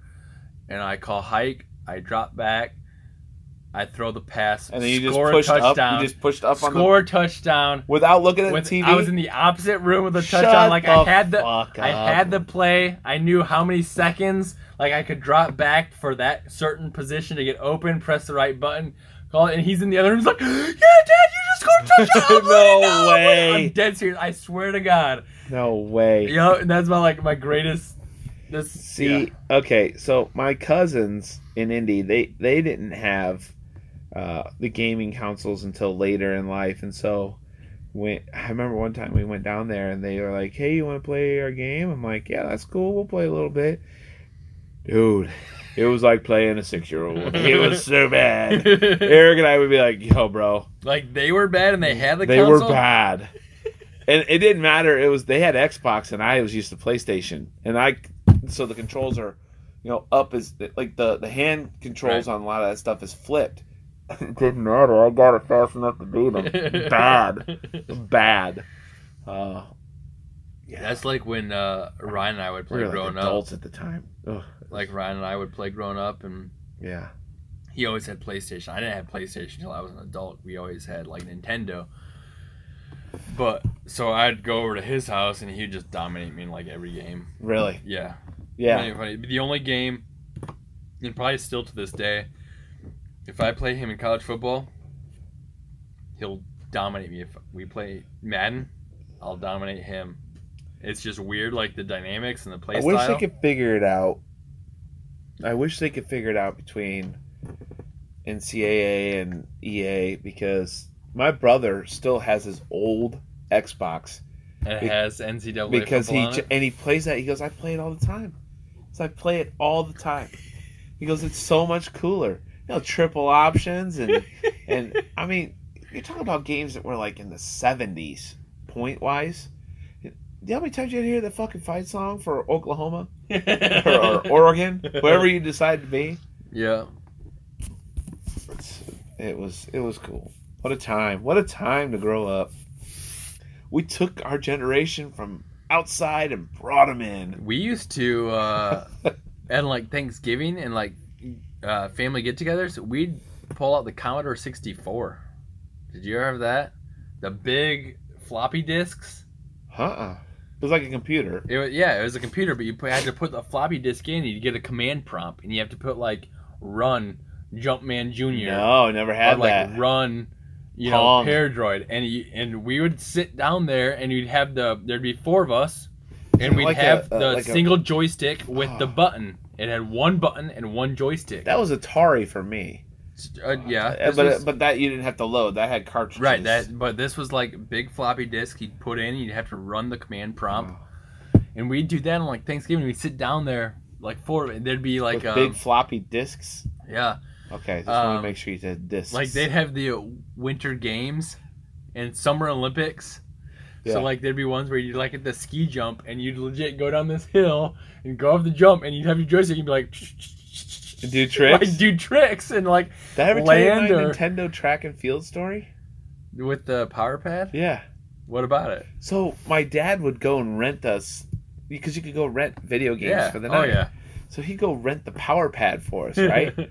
[SPEAKER 2] and I call hike. I drop back. I throw the pass.
[SPEAKER 1] and then you just
[SPEAKER 2] score a
[SPEAKER 1] pushed up.
[SPEAKER 2] touchdown,
[SPEAKER 1] You just pushed up on the
[SPEAKER 2] score a touchdown.
[SPEAKER 1] without looking at
[SPEAKER 2] With,
[SPEAKER 1] the TV.
[SPEAKER 2] I was in the opposite room with a
[SPEAKER 1] Shut
[SPEAKER 2] touchdown. like I had the
[SPEAKER 1] fuck
[SPEAKER 2] I
[SPEAKER 1] up.
[SPEAKER 2] had the play. I knew how many seconds like I could drop back for that certain position to get open, press the right button, call it, and he's in the other room. He's like, "Yeah, Dad, you just scored a
[SPEAKER 1] (laughs)
[SPEAKER 2] touchdown!" I'm
[SPEAKER 1] No
[SPEAKER 2] like, I'm like,
[SPEAKER 1] way.
[SPEAKER 2] I'm dead serious. I swear to God.
[SPEAKER 1] no way.
[SPEAKER 2] You know, and that's my like my greatest. This
[SPEAKER 1] See,
[SPEAKER 2] yeah.
[SPEAKER 1] okay, so my cousins in Indy, they they didn't have uh, the gaming consoles until later in life, and so when I remember one time we went down there and they were like, "Hey, you want to play our game?" I'm like, "Yeah, that's cool. We'll play a little bit." Dude, it was like playing a six year old. It was so
[SPEAKER 2] (laughs)
[SPEAKER 1] bad. Eric and I would be like, "Yo, bro,
[SPEAKER 2] like they were bad and they had the
[SPEAKER 1] they
[SPEAKER 2] console.
[SPEAKER 1] were bad and it didn't matter it was they had xbox and i was used to playstation and i so the controls are you know up is like the the hand controls on a lot of that stuff is flipped (laughs) didn't matter i got it fast enough to do
[SPEAKER 2] (laughs)
[SPEAKER 1] them bad bad uh yeah
[SPEAKER 2] That's like when uh, Ryan and I would
[SPEAKER 1] we
[SPEAKER 2] play
[SPEAKER 1] were like
[SPEAKER 2] growing up.
[SPEAKER 1] adults at the time Ugh.
[SPEAKER 2] like Ryan and I would play growing up, and
[SPEAKER 1] yeah.
[SPEAKER 2] he always had PlayStation. I didn't have PlayStation until I was an adult. We always had like Nintendo. But so I'd go over to his house and he'd just dominate me in like every game.
[SPEAKER 1] Really?
[SPEAKER 2] Yeah.
[SPEAKER 1] Yeah.
[SPEAKER 2] Anybody- but the only game, and probably still to this day, if I play him in college football, he'll dominate me. If we play Madden, I'll dominate him. It's just weird, like the dynamics and the play
[SPEAKER 1] I wish
[SPEAKER 2] style.
[SPEAKER 1] they could figure it out. I wish they could figure it out between NCAA and EA because my brother still has his old Xbox
[SPEAKER 2] it has NCAA
[SPEAKER 1] because he
[SPEAKER 2] football on
[SPEAKER 1] j-
[SPEAKER 2] it.
[SPEAKER 1] and he plays that. He goes, I play it all the time. So I play it all the time. He goes, it's so much cooler. You know, triple options
[SPEAKER 2] (laughs)
[SPEAKER 1] and and I mean, you're talking about games that were like in the 70s point wise. You know how many times you hear that fucking fight song for Oklahoma?
[SPEAKER 2] (laughs)
[SPEAKER 1] or, or Oregon, wherever you decide to be.
[SPEAKER 2] yeah,
[SPEAKER 1] It's- it was it was cool. What a time! What a time to grow up. We took our generation from outside and brought them in.
[SPEAKER 2] we used to uh, at like Thanksgiving and like uh, family get-togethers, we'd pull out the Commodore 64. Did you ever have that? The big floppy disks.
[SPEAKER 1] Huh? It was like a computer.
[SPEAKER 2] It was, yeah, it was a computer, but you put, had to put the floppy disk in. You get a command prompt, and you have to put like "run Jumpman Junior"
[SPEAKER 1] No, I never
[SPEAKER 2] or
[SPEAKER 1] had
[SPEAKER 2] like
[SPEAKER 1] that.
[SPEAKER 2] "run," you
[SPEAKER 1] Pong.
[SPEAKER 2] know, Paradroid. And you, and we would sit down there, and you'd have the there'd be four of us, and we'd
[SPEAKER 1] Like a-
[SPEAKER 2] have
[SPEAKER 1] uh,
[SPEAKER 2] the
[SPEAKER 1] like a-
[SPEAKER 2] single joystick with the
[SPEAKER 1] Ah.
[SPEAKER 2] button. It had one button and one joystick.
[SPEAKER 1] That was Atari for me.
[SPEAKER 2] uh, yeah,
[SPEAKER 1] Uh,
[SPEAKER 2] this
[SPEAKER 1] but
[SPEAKER 2] was-
[SPEAKER 1] but that you didn't have to load. That had cartridges.
[SPEAKER 2] right. That but this was like big floppy disk. You'd put in, and you'd have to run the command
[SPEAKER 1] Uh,
[SPEAKER 2] prompt.
[SPEAKER 1] Ah.
[SPEAKER 2] and we'd do that on like Thanksgiving. We'd sit down there like four, and there'd be like
[SPEAKER 1] With
[SPEAKER 2] um,
[SPEAKER 1] big floppy discs.
[SPEAKER 2] yeah,
[SPEAKER 1] Okay, just want
[SPEAKER 2] um,
[SPEAKER 1] to make sure you said discs.
[SPEAKER 2] like they'd have the uh, Winter Games and Summer Olympics.
[SPEAKER 1] Yeah.
[SPEAKER 2] So like there'd be ones where you'd like at the ski jump and you'd legit go down this hill and go up the jump and you'd have your joystick and be like (laughs)
[SPEAKER 1] do tricks.
[SPEAKER 2] like, do tricks and like
[SPEAKER 1] Did I ever tell you my
[SPEAKER 2] Lander.
[SPEAKER 1] Nintendo track and field story?
[SPEAKER 2] with the power pad.
[SPEAKER 1] Yeah.
[SPEAKER 2] What about it?
[SPEAKER 1] So my dad would go and rent us because you could go rent video games
[SPEAKER 2] yeah.
[SPEAKER 1] for the
[SPEAKER 2] oh
[SPEAKER 1] night.
[SPEAKER 2] yeah.
[SPEAKER 1] So he'd go rent the power pad for
[SPEAKER 2] (laughs)
[SPEAKER 1] us, right? we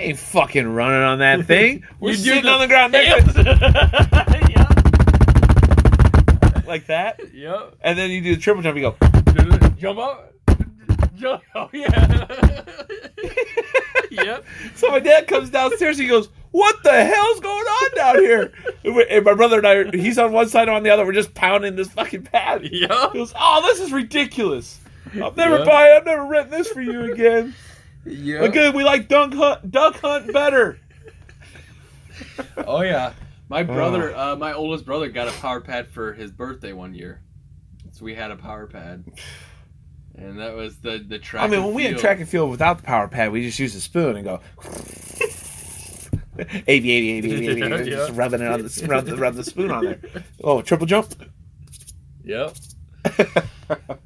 [SPEAKER 1] ain't fucking running on that thing. We're
[SPEAKER 2] You do
[SPEAKER 1] sitting
[SPEAKER 2] the-
[SPEAKER 1] on the ground
[SPEAKER 2] (laughs)
[SPEAKER 1] naked
[SPEAKER 2] yep.
[SPEAKER 1] (laughs) like that.
[SPEAKER 2] Yep.
[SPEAKER 1] And then you do the triple jump, you go (laughs)
[SPEAKER 2] Jump up. Jump. Oh yeah. (laughs) yep.
[SPEAKER 1] So my dad comes downstairs and he goes, What the hell's going on down here? And, we- and my brother and I are- he's on one side, I'm on the other, we're just pounding this fucking pad. He
[SPEAKER 2] Yep.
[SPEAKER 1] goes, Oh, this is ridiculous. I'm never
[SPEAKER 2] Yeah.
[SPEAKER 1] buying I'm never renting this for you again.
[SPEAKER 2] Yep.
[SPEAKER 1] But good, we like dunk hunt duck hunt
[SPEAKER 2] (laughs)
[SPEAKER 1] better.
[SPEAKER 2] Oh yeah. My brother, uh, my oldest brother, got a power pad for his birthday one year, so we had a power pad, and that was the the track.
[SPEAKER 1] I mean,
[SPEAKER 2] and
[SPEAKER 1] when we had
[SPEAKER 2] field.
[SPEAKER 1] track and field without the power pad, we just used a spoon and go. (laughs) AV, AV, AV, AV,
[SPEAKER 2] Yeah,
[SPEAKER 1] just
[SPEAKER 2] (laughs) yeah.
[SPEAKER 1] rubbing it on the rub the, rub the spoon on
[SPEAKER 2] (laughs)
[SPEAKER 1] there. Oh, triple jump. (laughs)
[SPEAKER 2] Yep.
[SPEAKER 1] and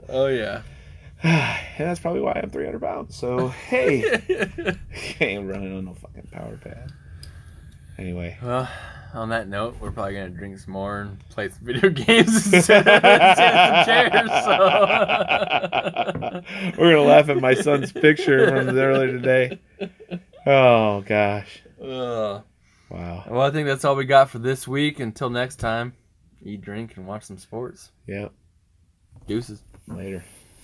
[SPEAKER 2] Oh yeah.
[SPEAKER 1] that's probably why I'm 300 pounds. So hey, (laughs)
[SPEAKER 2] (laughs) well,
[SPEAKER 1] I ain't running on no fucking power pad. Anyway,
[SPEAKER 2] on that note, we're probably gonna drink some more and play some video (laughs) games and (laughs) sit in some chairs. So.
[SPEAKER 1] (laughs) we're gonna laugh at my son's picture from earlier today. Oh gosh,
[SPEAKER 2] (laughs) Ugh.
[SPEAKER 1] wow.
[SPEAKER 2] well, I think that's all we got for this week. Until next time, eat, drink, and watch some sports.
[SPEAKER 1] Yep.
[SPEAKER 2] Deuces.
[SPEAKER 1] Later.